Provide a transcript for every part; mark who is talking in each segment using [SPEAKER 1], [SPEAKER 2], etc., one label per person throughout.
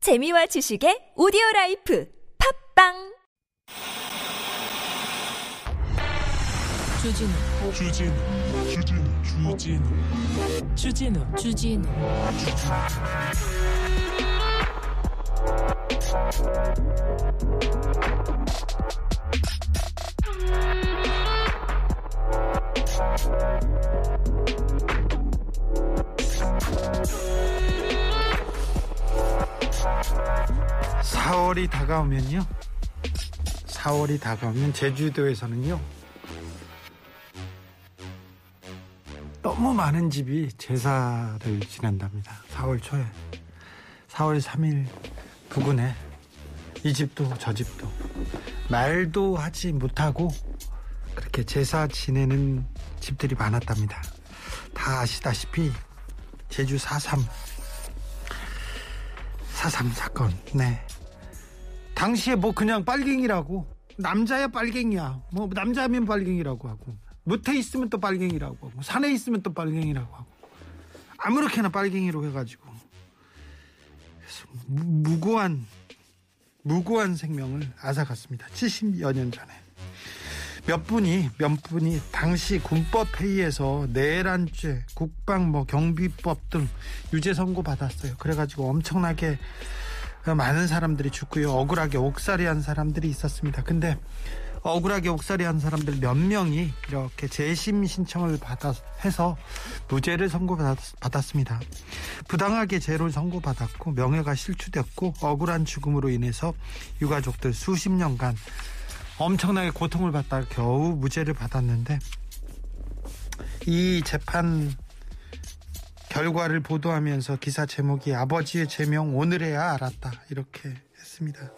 [SPEAKER 1] 재미와 지식의 오디오 라이프 팝빵!
[SPEAKER 2] 주진우
[SPEAKER 3] 주진우 주진우 주진우
[SPEAKER 2] 주진우 주진우
[SPEAKER 4] 사월이 다가오면요. 사월이 다가오면 제주도에서는요. 너무 많은 집이 제사를 지낸답니다. 사월 초에. 사월삼일 부근에 이 집도 저 집도 말도 하지 못하고 그렇게 제사 지내는 집들이 많았답니다. 다 아시다시피 제주 4.3 4.3 사건. 네. 당시에 뭐 그냥 빨갱이라고. 남자야 빨갱이야. 뭐 남자면 빨갱이라고 하고. 무태 있으면 또 빨갱이라고 하고. 산에 있으면 또 빨갱이라고 하고. 아무렇게나 빨갱이로 해가지고. 그래서 무, 무고한, 무고한 생명을 앗아갔습니다. 70여 년 전에. 몇 분이 몇 분이 당시 군법 회의에서 내란죄, 국방 뭐 경비법 등 유죄 선고 받았어요. 그래가지고 엄청나게 많은 사람들이 죽고요. 억울하게 옥살이한 사람들이 있었습니다. 근데 억울하게 옥살이한 사람들 몇 명이 이렇게 재심 신청을 받아 해서 무죄를 선고받았습니다. 부당하게 죄를 선고받았고 명예가 실추됐고 억울한 죽음으로 인해서 유가족들 수십 년간 엄청나게 고통을 받다가 겨우 무죄를 받았는데 이 재판 결과를 보도하면서 기사 제목이 아버지의 제명 오늘에야 알았다 이렇게 했습니다.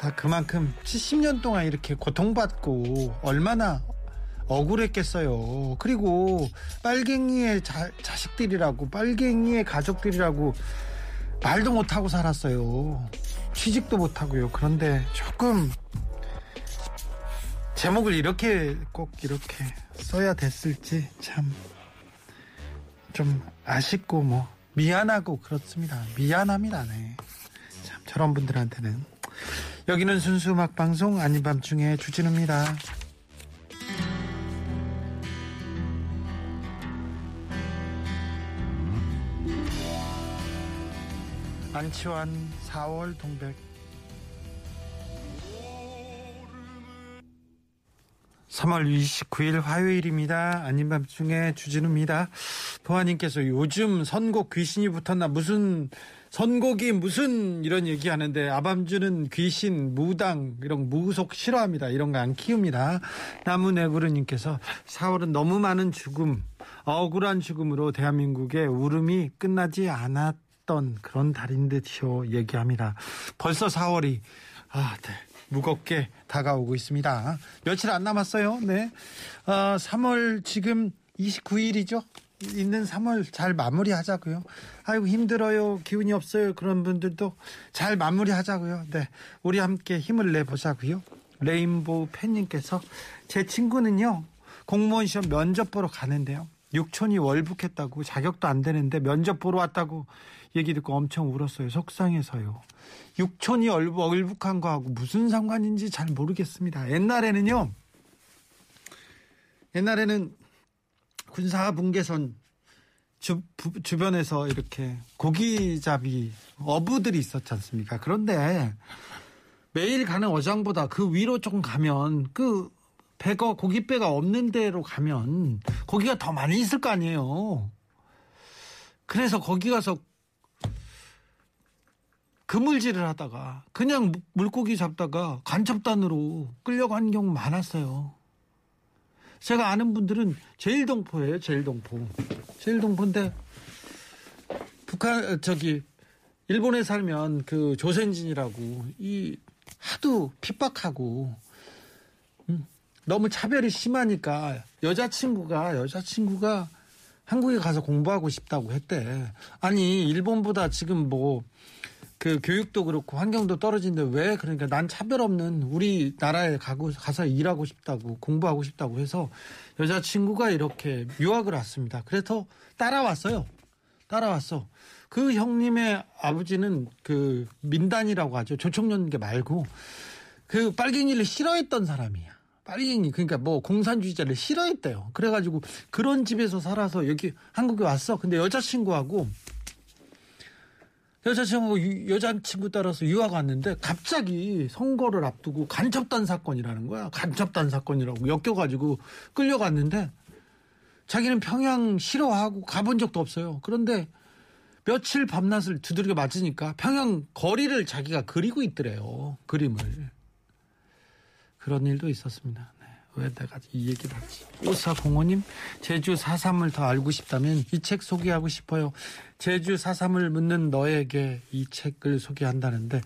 [SPEAKER 4] 아 그만큼 70년 동안 이렇게 고통받고 얼마나 억울했겠어요. 그리고 빨갱이의 자, 자식들이라고 빨갱이의 가족들이라고 말도 못하고 살았어요. 취직도 못하고요. 그런데 조금 제목을 이렇게 꼭 이렇게 써야 됐을지 참 좀 아쉽고 뭐 미안하고 그렇습니다. 미안합니다. 네. 참 저런 분들한테는 여기는 순수 음악 방송 아닌 밤중에 주진우입니다. 안치환 4월 동백 3월 29일 화요일입니다. 아닌 밤중에 주진우입니다. 보아님께서 요즘 선곡 귀신이 붙었나 무슨 선곡이 무슨 이런 얘기하는데 아밤주는 귀신 무당 이런 무속 싫어합니다. 이런 거 안 키웁니다. 나무네구르님께서 4월은 너무 많은 죽음 억울한 죽음으로 대한민국의 울음이 끝나지 않았던 그런 달인 듯이요 얘기합니다. 벌써 4월이 아, 네. 무겁게 다가오고 있습니다. 며칠 안 남았어요. 네. 어, 3월 지금 29일이죠. 있는 3월 잘 마무리하자고요. 아이고 힘들어요. 기운이 없어요. 그런 분들도 잘 마무리하자고요. 네. 우리 함께 힘을 내 보자고요. 레인보우 팬님께서 제 친구는요. 공무원 시험 면접 보러 가는데요. 육촌이 월북했다고 자격도 안 되는데 면접 보러 왔다고 얘기 듣고 엄청 울었어요. 속상해서요. 육촌이 얼- 월북한 거하고 무슨 상관인지 잘 모르겠습니다. 옛날에는요. 옛날에는 군사 분계선 주, 부- 주변에서 이렇게 고기잡이 어부들이 있었지 않습니까? 그런데 매일 가는 어장보다 그 위로 조금 가면 그 배가 고깃배가 없는 데로 가면 고기가 더 많이 있을 거 아니에요. 그래서 거기 가서 그물질을 하다가 그냥 물- 물고기 잡다가 간첩단으로 끌려간 경우 많았어요. 제가 아는 분들은 제일동포예요, 제일동포. 제일동포인데 북한 어, 저기 일본에 살면 그 조센진이라고 이 하도 핍박하고 음, 너무 차별이 심하니까 여자친구가 여자친구가 한국에 가서 공부하고 싶다고 했대. 아니 일본보다 지금 뭐 그 교육도 그렇고 환경도 떨어진데 왜 그러니까 난 차별 없는 우리 나라에 가고 가서 일하고 싶다고 공부하고 싶다고 해서 여자친구가 이렇게 유학을 왔습니다. 그래서 따라왔어요. 따라왔어. 그 형님의 아버지는 그 민단이라고 하죠. 조총련계 말고 그 빨갱이를 싫어했던 사람이야. 빨갱이 그러니까 뭐 공산주의자를 싫어했대요. 그래가지고 그런 집에서 살아서 여기 한국에 왔어. 근데 여자친구하고 여자친구 유- 여자친구 따라서 유학 왔는데 갑자기 선거를 앞두고 간첩단 사건이라는 거야. 간첩단 사건이라고 엮여가지고 끌려갔는데 자기는 평양 싫어하고 가본 적도 없어요. 그런데 며칠 밤낮을 두드려 맞으니까 평양 거리를 자기가 그리고 있더래요. 그림을. 그런 일도 있었습니다. 네. 왜 내가 이 얘기를 하지? 오사공호님, 제주 4.3을 더 알고 싶다면 이 책 소개하고 싶어요. 제주 4.3을 묻는 너에게 이 책을 소개한다는데,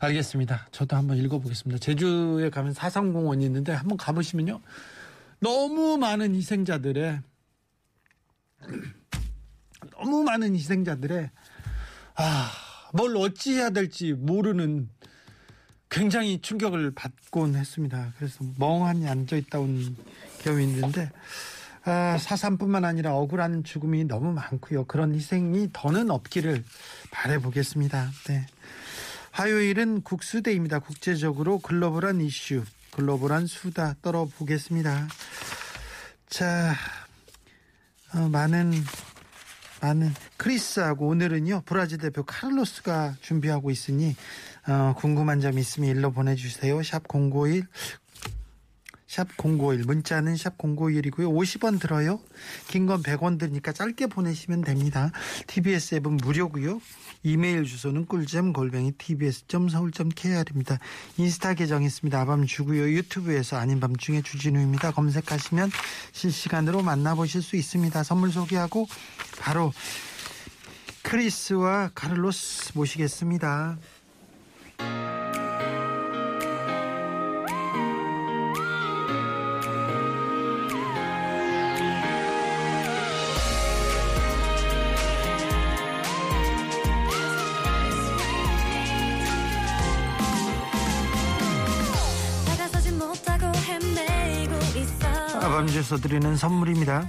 [SPEAKER 4] 알겠습니다. 저도 한번 읽어보겠습니다. 제주에 가면 4.3공원이 있는데, 한번 가보시면요. 너무 많은 희생자들의 너무 많은 희생자들의 아뭘 어찌해야 될지 모르는 굉장히 충격을 받곤 했습니다. 그래서 멍하니 앉아 있다 온 경험이 있는데 아, 사산뿐만 아니라 억울한 죽음이 너무 많고요. 그런 희생이 더는 없기를 바라보겠습니다. 네. 화요일은 국수대입니다. 국제적으로 글로벌한 이슈, 글로벌한 수다 떨어보겠습니다. 자, 어, 많은 많은 크리스하고 오늘은요 브라질 대표 카를로스가 준비하고 있으니 어, 궁금한 점 있으면 일로 보내주세요. 샵 #051 샵 051 문자는 샵 051이고요. 50원 들어요. 긴 건 100원 드니까 짧게 보내시면 됩니다. TBS 앱은 무료고요. 이메일 주소는 꿀잼 골뱅이 tbs.서울.kr입니다. 인스타 계정 있습니다. 아밤 주고요. 유튜브에서 아닌 밤중에 주진우입니다. 검색하시면 실시간으로 만나보실 수 있습니다. 선물 소개하고 바로 크리스와 카를로스 모시겠습니다.
[SPEAKER 5] 다가서지 못하고 헤매고 있어
[SPEAKER 4] 아밤주에서 드리는 선물입니다.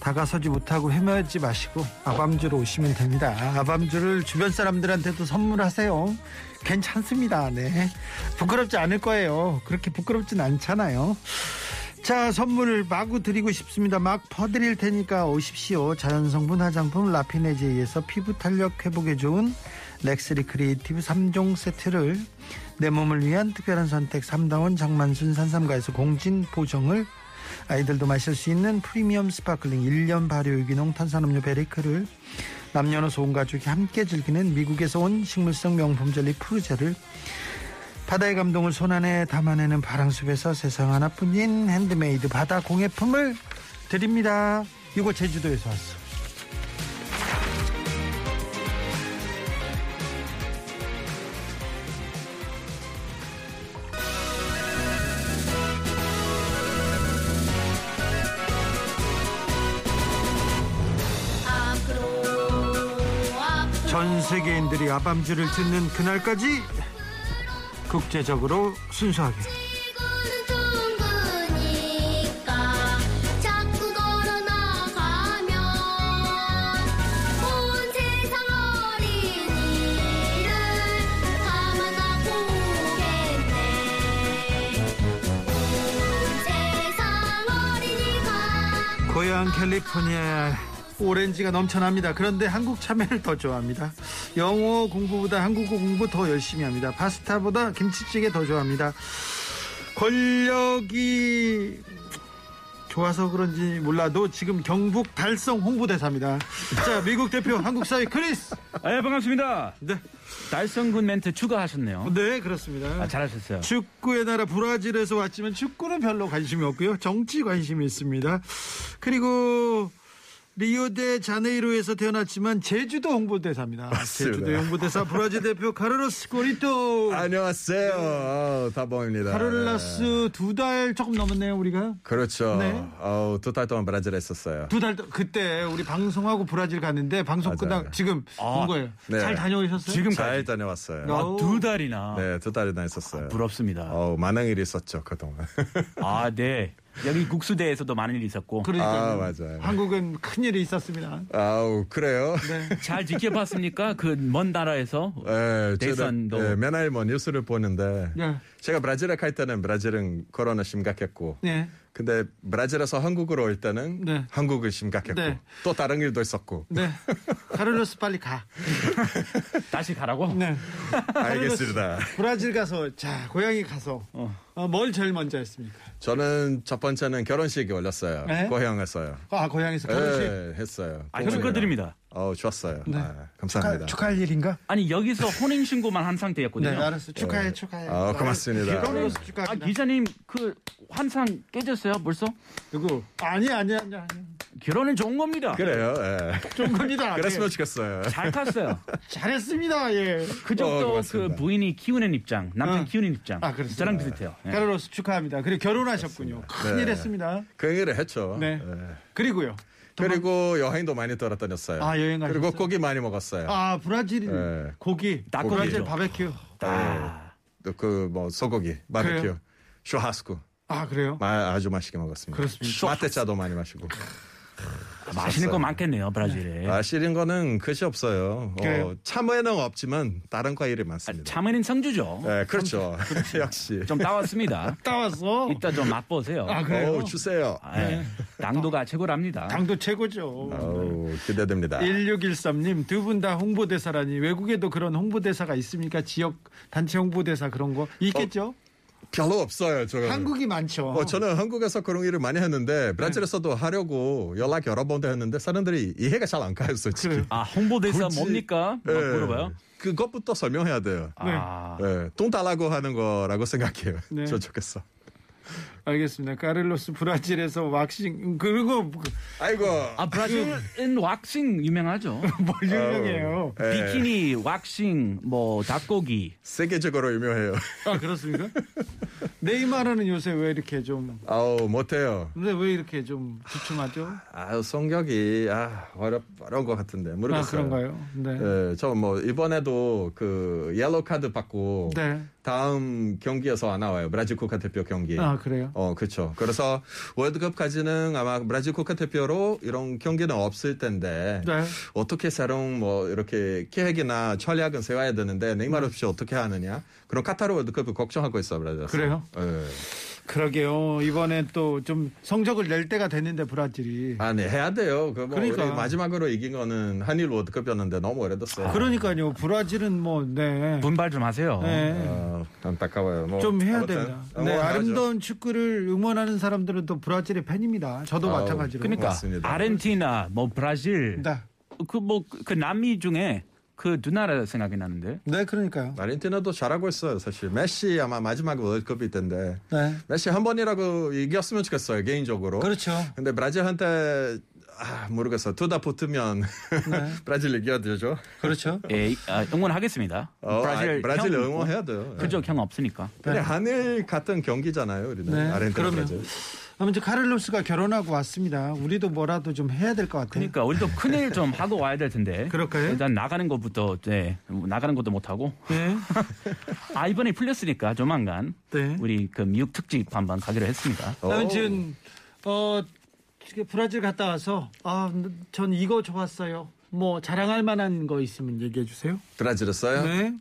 [SPEAKER 4] 다가서지 못하고 헤매지 마시고 아밤주로 오시면 됩니다. 아밤주를 주변 사람들한테도 선물하세요. 괜찮습니다. 네. 부끄럽지 않을 거예요. 그렇게 부끄럽진 않잖아요. 자, 선물을 마구 드리고 싶습니다. 막 퍼드릴 테니까 오십시오. 자연성분 화장품 라피네제이에서 피부 탄력 회복에 좋은 렉스리 크리에이티브 3종 세트를 내 몸을 위한 특별한 선택 3다운 장만순 산삼가에서 공진 보정을 아이들도 마실 수 있는 프리미엄 스파클링 1년 발효 유기농 탄산음료 베리크를 남녀노소 온 가족이 함께 즐기는 미국에서 온 식물성 명품 젤리 푸르제를 바다의 감동을 손안에 담아내는 바랑숲에서 세상 하나뿐인 핸드메이드 바다 공예품을 드립니다. 이거 제주도에서 왔어. 전 세계인들이 아밤주를 듣는 그날까지 국제적으로 순수하게
[SPEAKER 5] 이거는 둥그니까 자꾸 걸어나가면 온 세상 어린이를 감안하고 오겠네 온 세상 어린이가
[SPEAKER 4] 고향 캘리포니아 오렌지가 넘쳐납니다. 그런데 한국 참외를 더 좋아합니다. 영어 공부보다 한국어 공부 더 열심히 합니다. 파스타보다 김치찌개 더 좋아합니다. 권력이 좋아서 그런지 몰라도 지금 경북 달성 홍보대사입니다. 자, 미국 대표 한국 사회 크리스.
[SPEAKER 6] 아, 예, 반갑습니다.
[SPEAKER 4] 네,
[SPEAKER 6] 달성군 멘트 추가하셨네요.
[SPEAKER 4] 네 그렇습니다.
[SPEAKER 6] 아, 잘하셨어요.
[SPEAKER 4] 축구의 나라 브라질에서 왔지만 축구는 별로 관심이 없고요. 정치 관심이 있습니다. 그리고 리오데 자네이로에서 태어났지만 제주도 홍보대사입니다.
[SPEAKER 7] 맞습니다.
[SPEAKER 4] 제주도 홍보대사 브라질 대표 카를로스 코리토.
[SPEAKER 7] 안녕하세요. 아우, 다봉입니다. 네.
[SPEAKER 4] 카를라스 두 달 조금 넘었네요, 우리가.
[SPEAKER 7] 그렇죠.
[SPEAKER 4] 네.
[SPEAKER 7] 아우, 두달 동안 브라질에 있었어요.
[SPEAKER 4] 두 달 그때 우리 방송하고 브라질 갔는데 방송
[SPEAKER 7] 맞아요.
[SPEAKER 4] 끝나 지금 온 거예요.
[SPEAKER 7] 네.
[SPEAKER 4] 잘 다녀오셨어요?
[SPEAKER 7] 잘
[SPEAKER 6] 지금까지
[SPEAKER 7] 다녀왔어요.
[SPEAKER 4] 어.
[SPEAKER 6] 아, 두 달이나
[SPEAKER 4] 아,
[SPEAKER 7] 네, 두 달이나 있었어요.
[SPEAKER 6] 부럽습니다.
[SPEAKER 7] 아우, 많은 일이 있었죠, 그동안.
[SPEAKER 6] 아, 네. 여기 국수대에서도 많은 일이 있었고
[SPEAKER 4] 그러니까
[SPEAKER 7] 아, 맞아요.
[SPEAKER 4] 한국은 큰 일이 있었습니다.
[SPEAKER 7] 아우 그래요.
[SPEAKER 4] 네.
[SPEAKER 6] 잘 지켜봤습니까? 그 먼 나라에서
[SPEAKER 7] 예,
[SPEAKER 6] 대선도.
[SPEAKER 7] 저는 예, 맨날 뭐 뉴스를 보는데
[SPEAKER 4] 네.
[SPEAKER 7] 제가 브라질에 갈 때는 브라질은 코로나 심각했고
[SPEAKER 4] 네.
[SPEAKER 7] 근데 브라질에서 한국으로 올 때는
[SPEAKER 4] 네.
[SPEAKER 7] 한국을 심각했고
[SPEAKER 4] 네.
[SPEAKER 7] 또 다른 일도 있었고
[SPEAKER 4] 네. 카를로스 빨리 가.
[SPEAKER 6] 다시 가라고.
[SPEAKER 4] 네.
[SPEAKER 7] 알겠습니다.
[SPEAKER 4] 브라질 가서 자 고향에 가서
[SPEAKER 6] 어.
[SPEAKER 4] 어, 뭘 제일 먼저 했습니까?
[SPEAKER 7] 저는 첫 번째는 결혼식에 올렸어요.
[SPEAKER 4] 네?
[SPEAKER 7] 고향에서요.
[SPEAKER 4] 아 고향에서 결혼식.
[SPEAKER 7] 예, 했어요.
[SPEAKER 6] 그 아, 축하드립니다.
[SPEAKER 7] 어, 좋았어요. 아, 감사합니다.
[SPEAKER 4] 네. 축하할 일인가?
[SPEAKER 6] 아니 여기서 혼인 신고만 한 상태였거든요.
[SPEAKER 4] 네, 알았어. 축하해, 축하해. 네.
[SPEAKER 7] 아, 고맙습니다.
[SPEAKER 4] 결혼해서
[SPEAKER 6] 아
[SPEAKER 4] 축하합니다.
[SPEAKER 6] 기자님 그 환상 깨졌어요 벌써?
[SPEAKER 4] 누구? 아니, 아니, 아니, 아니.
[SPEAKER 6] 결혼은 좋은 겁니다.
[SPEAKER 7] 그래요. 예.
[SPEAKER 4] 종건이다.
[SPEAKER 6] 예.
[SPEAKER 7] 그랬으면 좋겠어요.
[SPEAKER 6] 잘 탔어요.
[SPEAKER 4] 잘했습니다. 예.
[SPEAKER 7] 어,
[SPEAKER 6] 그쪽도 그
[SPEAKER 7] 고맙습니다.
[SPEAKER 6] 부인이 키우는 입장, 남편
[SPEAKER 4] 어.
[SPEAKER 6] 키우는 입장.
[SPEAKER 4] 아, 그렇습니다.
[SPEAKER 6] 저랑 비슷해요. 예.
[SPEAKER 4] 카를로스 축하합니다. 그리고 결혼하셨군요. 큰일
[SPEAKER 7] 네.
[SPEAKER 4] 했습니다.
[SPEAKER 7] 그 얘기를 했죠.
[SPEAKER 4] 네.
[SPEAKER 7] 예.
[SPEAKER 4] 그리고요.
[SPEAKER 7] 그리고 여행도 많이 돌아다녔어요.
[SPEAKER 4] 아, 여행 가셨어요?
[SPEAKER 7] 그리고 고기 많이 먹었어요.
[SPEAKER 4] 아, 브라질
[SPEAKER 7] 네.
[SPEAKER 4] 고기. 브라질
[SPEAKER 6] 낙고기죠.
[SPEAKER 4] 바베큐.
[SPEAKER 6] 아.
[SPEAKER 7] 그 뭐 소고기,
[SPEAKER 4] 그래요?
[SPEAKER 7] 바베큐, 쇼하스쿠
[SPEAKER 4] 아, 그래요?
[SPEAKER 7] 마- 아주 맛있게 먹었습니다.
[SPEAKER 4] 그렇습니까?
[SPEAKER 7] 마테차도 많이 마시고.
[SPEAKER 6] 맛있는 거
[SPEAKER 7] 좋았어요.
[SPEAKER 6] 많겠네요 브라질에.
[SPEAKER 7] 아, 시린 거는 끝이 없어요.
[SPEAKER 4] 그래요?
[SPEAKER 7] 어, 참외는 없지만 다른 과일이 많습니다.
[SPEAKER 6] 아, 참외는 성주죠.
[SPEAKER 7] 네, 그렇죠. 역시.
[SPEAKER 6] 좀 따왔습니다.
[SPEAKER 4] 따왔어.
[SPEAKER 6] 이따 좀 맛보세요.
[SPEAKER 4] 아, 그래요?
[SPEAKER 7] 오, 주세요.
[SPEAKER 6] 아, 예. 당도가 최고랍니다.
[SPEAKER 4] 당도 최고죠.
[SPEAKER 7] 오,
[SPEAKER 4] 아.
[SPEAKER 7] 기대됩니다.
[SPEAKER 4] 1613님 두 분 다 홍보대사라니 외국에도 그런 홍보대사가 있습니까? 지역 단체 홍보대사 그런 거 있겠죠?
[SPEAKER 7] 별로 없어요, 저는.
[SPEAKER 4] 한국이 네. 많죠.
[SPEAKER 7] 어, 저는 한국에서 그런 일을 많이 했는데 브라질에서도 하려고 연락 여러 번도 했는데 사람들이 이해가 잘 안 가요, 솔직히.
[SPEAKER 4] 그래요?
[SPEAKER 6] 아 홍보대사
[SPEAKER 7] 굳이-
[SPEAKER 6] 뭡니까? 막
[SPEAKER 7] 예.
[SPEAKER 6] 물어봐요.
[SPEAKER 7] 그것부터 설명해야 돼요.
[SPEAKER 6] 아,
[SPEAKER 7] 예, 돈 달라고 하는 거라고 생각해요.
[SPEAKER 4] 네.
[SPEAKER 7] 저 좋겠어.
[SPEAKER 4] 알겠습니다. 카를로스 브라질에서 왁싱 그리고
[SPEAKER 7] 아이고.
[SPEAKER 6] 아
[SPEAKER 4] 그-
[SPEAKER 6] 브라질은 왁싱 유명하죠.
[SPEAKER 4] 뭘 유명해요?
[SPEAKER 7] 예,
[SPEAKER 6] 비키니, 왁싱, 뭐 닭고기.
[SPEAKER 7] 세계적으로 유명해요.
[SPEAKER 4] 아 그렇습니까? 네이마르는 요새 왜 이렇게 좀
[SPEAKER 7] 아우 못해요.
[SPEAKER 4] 근데 왜 이렇게 좀 주춤하죠?
[SPEAKER 7] 아 성격이 아 어렵 어려운 것 같은데
[SPEAKER 4] 아
[SPEAKER 7] 모르겠어요.
[SPEAKER 4] 그런가요? 네.
[SPEAKER 7] 예, 저 뭐 이번에도 그 옐로 카드 받고
[SPEAKER 4] 네.
[SPEAKER 7] 다음 경기에서 안 나와요. 브라질 국가대표 경기.
[SPEAKER 4] 아 그래요?
[SPEAKER 7] 어, 그렇죠. 그래서 월드컵까지는 아마 브라질 국가대표로 이런 경기는 없을 텐데
[SPEAKER 4] 네.
[SPEAKER 7] 어떻게 새로운 뭐 이렇게 계획이나 전략은 세워야 되는데 네이마르 없이 어떻게 하느냐? 그럼 카타르 월드컵을 걱정하고 있어 브라질.
[SPEAKER 4] 그래요?
[SPEAKER 7] 예.
[SPEAKER 4] 그러게요. 이번에 또 좀 성적을 낼 때가 됐는데 브라질이.
[SPEAKER 7] 아니 네. 해야 돼요. 그뭐
[SPEAKER 4] 그러니까.
[SPEAKER 7] 우리 마지막으로 이긴 거는 한일 월드컵이었는데 너무
[SPEAKER 4] 아.
[SPEAKER 7] 오래됐어요.
[SPEAKER 4] 그러니까요. 브라질은 뭐 네.
[SPEAKER 6] 분발 좀 하세요.
[SPEAKER 4] 네.
[SPEAKER 7] 어, 안타까워요. 뭐,
[SPEAKER 4] 좀 해야
[SPEAKER 7] 아무튼
[SPEAKER 4] 됩니다. 네,
[SPEAKER 7] 응원하죠.
[SPEAKER 4] 아름다운 축구를 응원하는 사람들은 또 브라질의 팬입니다. 저도
[SPEAKER 7] 아우,
[SPEAKER 4] 마찬가지로.
[SPEAKER 6] 그러니까
[SPEAKER 7] 맞습니다.
[SPEAKER 6] 아르헨티나, 뭐 브라질,
[SPEAKER 4] 네.
[SPEAKER 6] 그 뭐 그 남미 중에 그 두 나라 생각이 나는데.
[SPEAKER 4] 네, 그러니까요.
[SPEAKER 7] 아르헨티나도 잘하고 있어요. 사실 메시 아마 마지막 월드컵일 텐데
[SPEAKER 4] 네.
[SPEAKER 7] 메시 한 번이라고 이겼으면 좋겠어요 개인적으로.
[SPEAKER 4] 그렇죠.
[SPEAKER 7] 근데 브라질한테 아 모르겠어 둘 다 붙으면
[SPEAKER 4] 네.
[SPEAKER 7] 브라질 이겨야 되죠.
[SPEAKER 4] 그렇죠.
[SPEAKER 6] 예, 아, 응원하겠습니다.
[SPEAKER 7] 어,
[SPEAKER 6] 브라질,
[SPEAKER 7] 아, 브라질
[SPEAKER 6] 형,
[SPEAKER 7] 응원해야 돼요. 예.
[SPEAKER 6] 그쪽 형 없으니까.
[SPEAKER 7] 근데 한일 같은 경기잖아요, 우리는
[SPEAKER 4] 네,
[SPEAKER 7] 아르헨티나
[SPEAKER 4] 그럼요.
[SPEAKER 7] 브라질.
[SPEAKER 4] 아무튼 카를로스가 결혼하고 왔습니다. 우리도 뭐라도 좀 해야 될 것 같아요.
[SPEAKER 6] 그러니까 우리도 큰일 좀 하고 와야 될 텐데.
[SPEAKER 4] 그럴까요?
[SPEAKER 6] 일단 나가는 것부터 네, 나가는 것도 못 하고.
[SPEAKER 4] 네.
[SPEAKER 6] 아 이번에 풀렸으니까 조만간
[SPEAKER 4] 네.
[SPEAKER 6] 우리 그 미국 특집 한번 가기로 했습니다.
[SPEAKER 4] 아무튼 어 브라질 갔다 와서 아 전 이거 좋았어요. 뭐 자랑할 만한 거 있으면 얘기해 주세요.
[SPEAKER 7] 브라질에서요.
[SPEAKER 4] 네.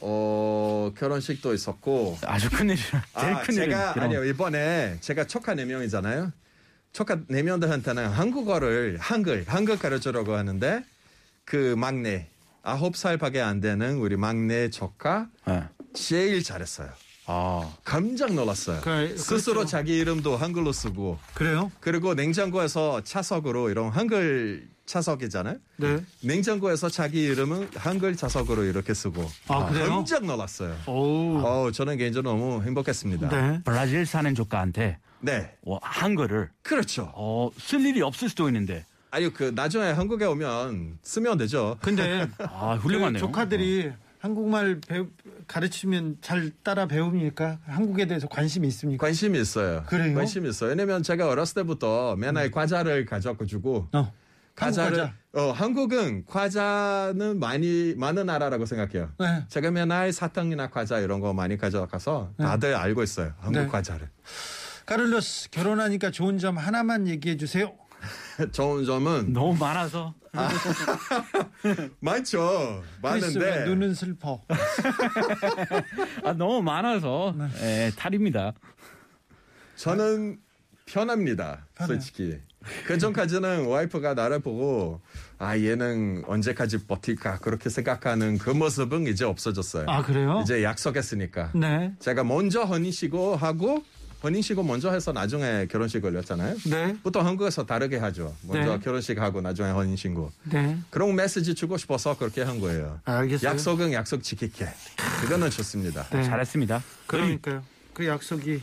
[SPEAKER 7] 어 결혼식도 있었고.
[SPEAKER 6] 아주 큰일이라 제일
[SPEAKER 7] 아,
[SPEAKER 6] 큰일은
[SPEAKER 7] 제가
[SPEAKER 6] 그런-
[SPEAKER 7] 아니요 이번에 제가 조카 네 명이잖아요. 조카 네 명들한테는 한국어를 한글 한글 가르치려고 하는데 그 막내 아홉 살밖에 안 되는 우리 막내 조카
[SPEAKER 6] 예.
[SPEAKER 7] 제일 잘했어요.
[SPEAKER 6] 아,
[SPEAKER 7] 깜짝 놀랐어요.
[SPEAKER 4] 그-
[SPEAKER 7] 스스로 자기 이름도 한글로 쓰고
[SPEAKER 4] 그래요?
[SPEAKER 7] 그리고 냉장고에서 차석으로 이런 한글 차석이잖아요.
[SPEAKER 4] 네.
[SPEAKER 7] 냉장고에서 자기 이름은 한글 차석으로 이렇게 쓰고
[SPEAKER 4] 아, 그래요?
[SPEAKER 7] 깜짝 놀랐어요.
[SPEAKER 4] 오.
[SPEAKER 7] 어, 저는 개인적으로 너무 행복했습니다.
[SPEAKER 4] 네.
[SPEAKER 6] 브라질 사는 조카한테
[SPEAKER 7] 네.
[SPEAKER 6] 어, 한글을
[SPEAKER 7] 그렇죠.
[SPEAKER 6] 어, 쓸 일이 없을 수도 있는데
[SPEAKER 7] 아니 그 나중에 한국에 오면 쓰면 되죠.
[SPEAKER 4] 근데
[SPEAKER 6] 아
[SPEAKER 4] 그
[SPEAKER 6] 훌륭하네요.
[SPEAKER 4] 조카들이 한국말 배우, 가르치면 잘 따라 배웁니까? 한국에 대해서 관심이 있습니까?
[SPEAKER 7] 관심이 있어요.
[SPEAKER 4] 그래요? 음.
[SPEAKER 7] 관심이 있어요. 왜냐면 제가 어렸을 때부터 맨날 과자를 가져고 주고
[SPEAKER 4] 어.
[SPEAKER 7] 과자를
[SPEAKER 4] 한국
[SPEAKER 7] 어 한국은 과자는 많이 많은 나라라고 생각해요.
[SPEAKER 4] 네.
[SPEAKER 7] 제가 맨날 사탕이나 과자 이런 거 많이 가져가서 다들 알고 있어요. 한국
[SPEAKER 4] 네.
[SPEAKER 7] 과자를.
[SPEAKER 4] 카를로스 결혼하니까 좋은 점 하나만 얘기해 주세요.
[SPEAKER 7] 좋은
[SPEAKER 4] 네.
[SPEAKER 7] 점은
[SPEAKER 6] 음. 너무 많아서
[SPEAKER 7] 많죠.
[SPEAKER 4] 크리스 왜
[SPEAKER 7] 많은데
[SPEAKER 4] 눈은 슬퍼.
[SPEAKER 6] 아 너무 많아서
[SPEAKER 4] 네.
[SPEAKER 6] 예, 탈입니다.
[SPEAKER 7] 저는 편합니다. 솔직히. 그 전까지는 와이프가 나를 보고 아 얘는 언제까지 버틸까 그렇게 생각하는 그 모습은 이제 없어졌어요.
[SPEAKER 4] 아 그래요?
[SPEAKER 7] 이제 약속했으니까.
[SPEAKER 4] 네.
[SPEAKER 7] 제가 먼저 혼인시고 하고 혼인시고 먼저 해서 나중에 결혼식 걸렸잖아요.
[SPEAKER 4] 네.
[SPEAKER 7] 보통 한국에서 다르게 하죠. 먼저
[SPEAKER 4] 네.
[SPEAKER 7] 결혼식 하고 나중에 혼인신고.
[SPEAKER 4] 네.
[SPEAKER 7] 그런 메시지 주고 싶어서 그렇게 한 거예요.
[SPEAKER 4] 알겠어요.
[SPEAKER 7] 약속은 약속 지킬게. 그거는 좋습니다.
[SPEAKER 4] 네.
[SPEAKER 6] 잘했습니다.
[SPEAKER 4] 그러니까요. 그 약속이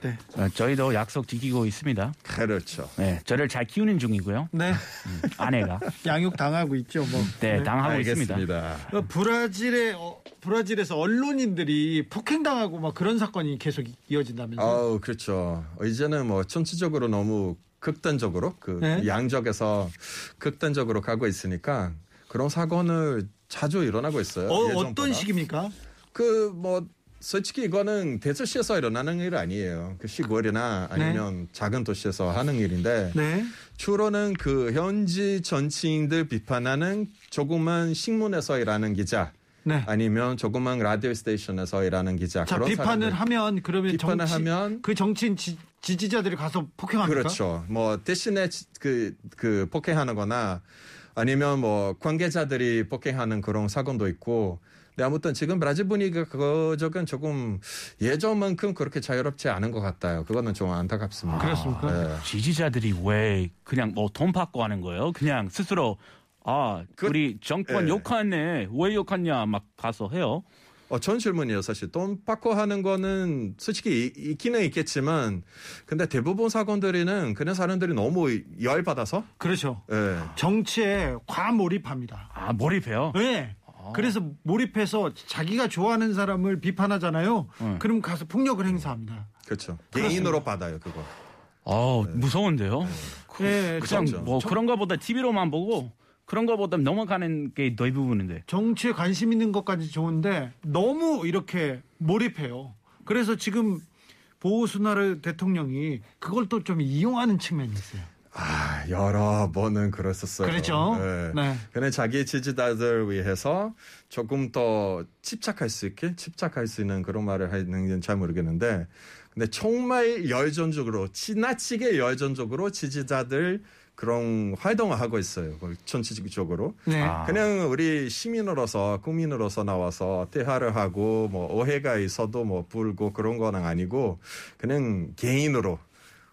[SPEAKER 4] 네.
[SPEAKER 6] 어, 저희도 약속 지키고 있습니다.
[SPEAKER 7] 그렇죠.
[SPEAKER 6] 네, 저를 잘 키우는 중이고요.
[SPEAKER 4] 네.
[SPEAKER 6] 음, 아내가
[SPEAKER 4] 양육 당하고 있죠, 뭐.
[SPEAKER 6] 네, 당하고 있습니다.
[SPEAKER 7] 알겠습니다.
[SPEAKER 4] 어, 브라질에 어, 브라질에서 언론인들이 폭행당하고 막 그런 사건이 계속 이어진다면서.
[SPEAKER 7] 아우 그렇죠. 이제는 뭐 전체적으로 너무 극단적으로 그
[SPEAKER 4] 네.
[SPEAKER 7] 양적에서 극단적으로 가고 있으니까 그런 사고는 자주 일어나고 있어요.
[SPEAKER 4] 어,
[SPEAKER 7] 아, 예전보다.
[SPEAKER 4] 어떤 식입니까?
[SPEAKER 7] 그 뭐 솔직히 이거는 대도시에서 일어나는 일 아니에요. 그 시골이나
[SPEAKER 4] 네.
[SPEAKER 7] 아니면 작은 도시에서 하는 일인데
[SPEAKER 4] 네.
[SPEAKER 7] 주로는 그 현지 정치인들 비판하는 조그만 신문에서 일하는 기자
[SPEAKER 4] 네.
[SPEAKER 7] 아니면 조그만 라디오 스테이션에서 일하는 기자
[SPEAKER 4] 자,
[SPEAKER 7] 아, 그런
[SPEAKER 4] 비판을
[SPEAKER 7] 사람들.
[SPEAKER 4] 하면 그러면
[SPEAKER 7] 비판을
[SPEAKER 4] 정치
[SPEAKER 7] 하면
[SPEAKER 4] 그 정치인 지, 지자들이 가서 폭행합니까?
[SPEAKER 7] 그렇죠. 뭐 대신에 지- 그, 그 폭행하는거나 아니면 뭐 관계자들이 폭행하는 그런 사건도 있고. 근데 아무튼 지금 브라질 분위기가 그저건 조금 예전만큼 그렇게 자유롭지 않은 것 같아요. 그거는 좀 안타깝습니다.
[SPEAKER 4] 그렇습니까?
[SPEAKER 7] 네.
[SPEAKER 6] 지지자들이 왜 그냥 뭐 돈 받고 하는 거예요? 그냥 스스로 아
[SPEAKER 7] 그-
[SPEAKER 6] 우리 정권
[SPEAKER 7] 예.
[SPEAKER 6] 욕하네 왜 욕하냐 막 가서 해요.
[SPEAKER 7] 어, 전 질문이에요, 사실. 돈 받고 하는 거는 솔직히 이- 있기는 있겠지만, 근데 대부분 사건들이는 그냥 사람들이 너무 열받아서,
[SPEAKER 4] 그렇죠.
[SPEAKER 7] 예.
[SPEAKER 4] 정치에 과몰입합니다.
[SPEAKER 6] 아 몰입해요.
[SPEAKER 4] 네.
[SPEAKER 7] 아.
[SPEAKER 4] 그래서 몰입해서 자기가 좋아하는 사람을 비판하잖아요.
[SPEAKER 7] 예.
[SPEAKER 6] 네.
[SPEAKER 4] 그럼 가서 폭력을 행사합니다.
[SPEAKER 7] 그렇죠. 개인으로 받아요, 그거.
[SPEAKER 6] 아
[SPEAKER 4] 네.
[SPEAKER 6] 무서운데요. 그,
[SPEAKER 4] 예,
[SPEAKER 6] 냥
[SPEAKER 7] 그렇죠.
[SPEAKER 6] 뭐 그런가 보다 TV로만 보고 그런가 보다 넘어가는 게 대부분인데.
[SPEAKER 4] 정치에 관심 있는 것까지 좋은데 너무 이렇게 몰입해요. 그래서 지금 보우스나르 대통령이 그걸 또 좀 이용하는 측면이 있어요.
[SPEAKER 7] 아, 여러 번은 그랬었어요.
[SPEAKER 4] 그렇죠.
[SPEAKER 7] 예.
[SPEAKER 4] 네.
[SPEAKER 7] 그는 자기 지지자들 위해서 조금 더 집착할 수 있게 집착할 수 있는 그런 말을 하는지는 잘 모르겠는데 근데 정말 열정적으로 지나치게 열정적으로 지지자들 그런 활동을 하고 있어요. 그걸 전체적으로.
[SPEAKER 4] 네.
[SPEAKER 6] 아.
[SPEAKER 7] 그냥 우리 시민으로서 국민으로서 나와서 대화를 하고 뭐 오해가 있어도 뭐 불고 그런 거는 아니고 그냥 개인으로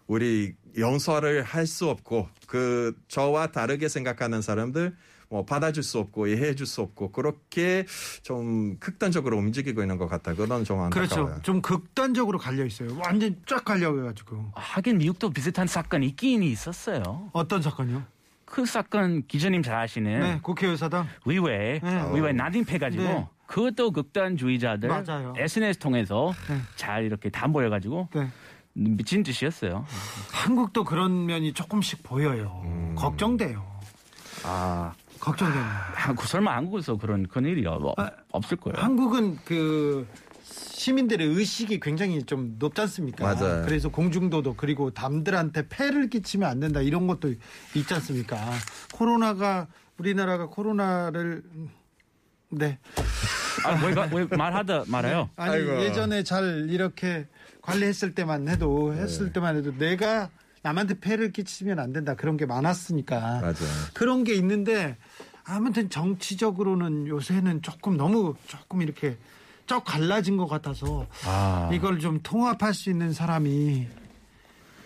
[SPEAKER 7] 우리 용서를 할 수 없고 그 저와 다르게 생각하는 사람들 뭐 받아줄 수 없고 이해해줄 수 없고 그렇게 좀 극단적으로 움직이고 있는 것 같아. 그런 좀 안타까워요.
[SPEAKER 4] 그렇죠. 좀 극단적으로 갈려 있어요. 완전 쫙 갈려 가지고.
[SPEAKER 6] 하긴 미국도 비슷한 사건이 있긴 있었어요.
[SPEAKER 4] 어떤 사건이요?
[SPEAKER 6] 그 사건 기자님 잘
[SPEAKER 4] 네,
[SPEAKER 6] 아시는
[SPEAKER 4] 국회의사당.
[SPEAKER 6] 의회
[SPEAKER 4] 네.
[SPEAKER 6] 의회 난입해가지고
[SPEAKER 4] 네.
[SPEAKER 6] 그것도 극단주의자들
[SPEAKER 4] 맞아요.
[SPEAKER 6] SNS 통해서
[SPEAKER 4] 네.
[SPEAKER 6] 잘 이렇게 다 모여가지고
[SPEAKER 4] 네.
[SPEAKER 6] 미친 짓이었어요.
[SPEAKER 4] 한국도 그런 면이 조금씩 보여요.
[SPEAKER 7] 음.
[SPEAKER 4] 걱정돼요.
[SPEAKER 6] 아,
[SPEAKER 4] 걱정됩니다.
[SPEAKER 6] 한국 아, 그 설마 한국에서 그런 그런 일이 어-
[SPEAKER 4] 아,
[SPEAKER 6] 없을 거예요.
[SPEAKER 4] 한국은 그 시민들의 의식이 굉장히 좀 높지 않습니까?
[SPEAKER 7] 맞아요.
[SPEAKER 4] 그래서 공중도도 그리고 남들한테 폐를 끼치면 안 된다 이런 것도 있지 않습니까? 코로나가 우리나라가 코로나를 음, 네
[SPEAKER 6] 아, 왜, 가- 왜 말하다 말아요?
[SPEAKER 4] 아니
[SPEAKER 7] 아이고.
[SPEAKER 4] 예전에 잘 이렇게 관리했을 때만 해도 했을 때만 해도 내가 남한테 폐를 끼치면 안 된다 그런 게 많았으니까
[SPEAKER 7] 맞아요.
[SPEAKER 4] 그런 게 있는데 아무튼 정치적으로는 요새는 조금 너무 조금 이렇게 쩍 갈라진 것 같아서
[SPEAKER 6] 아,
[SPEAKER 4] 이걸 좀 통합할 수 있는 사람이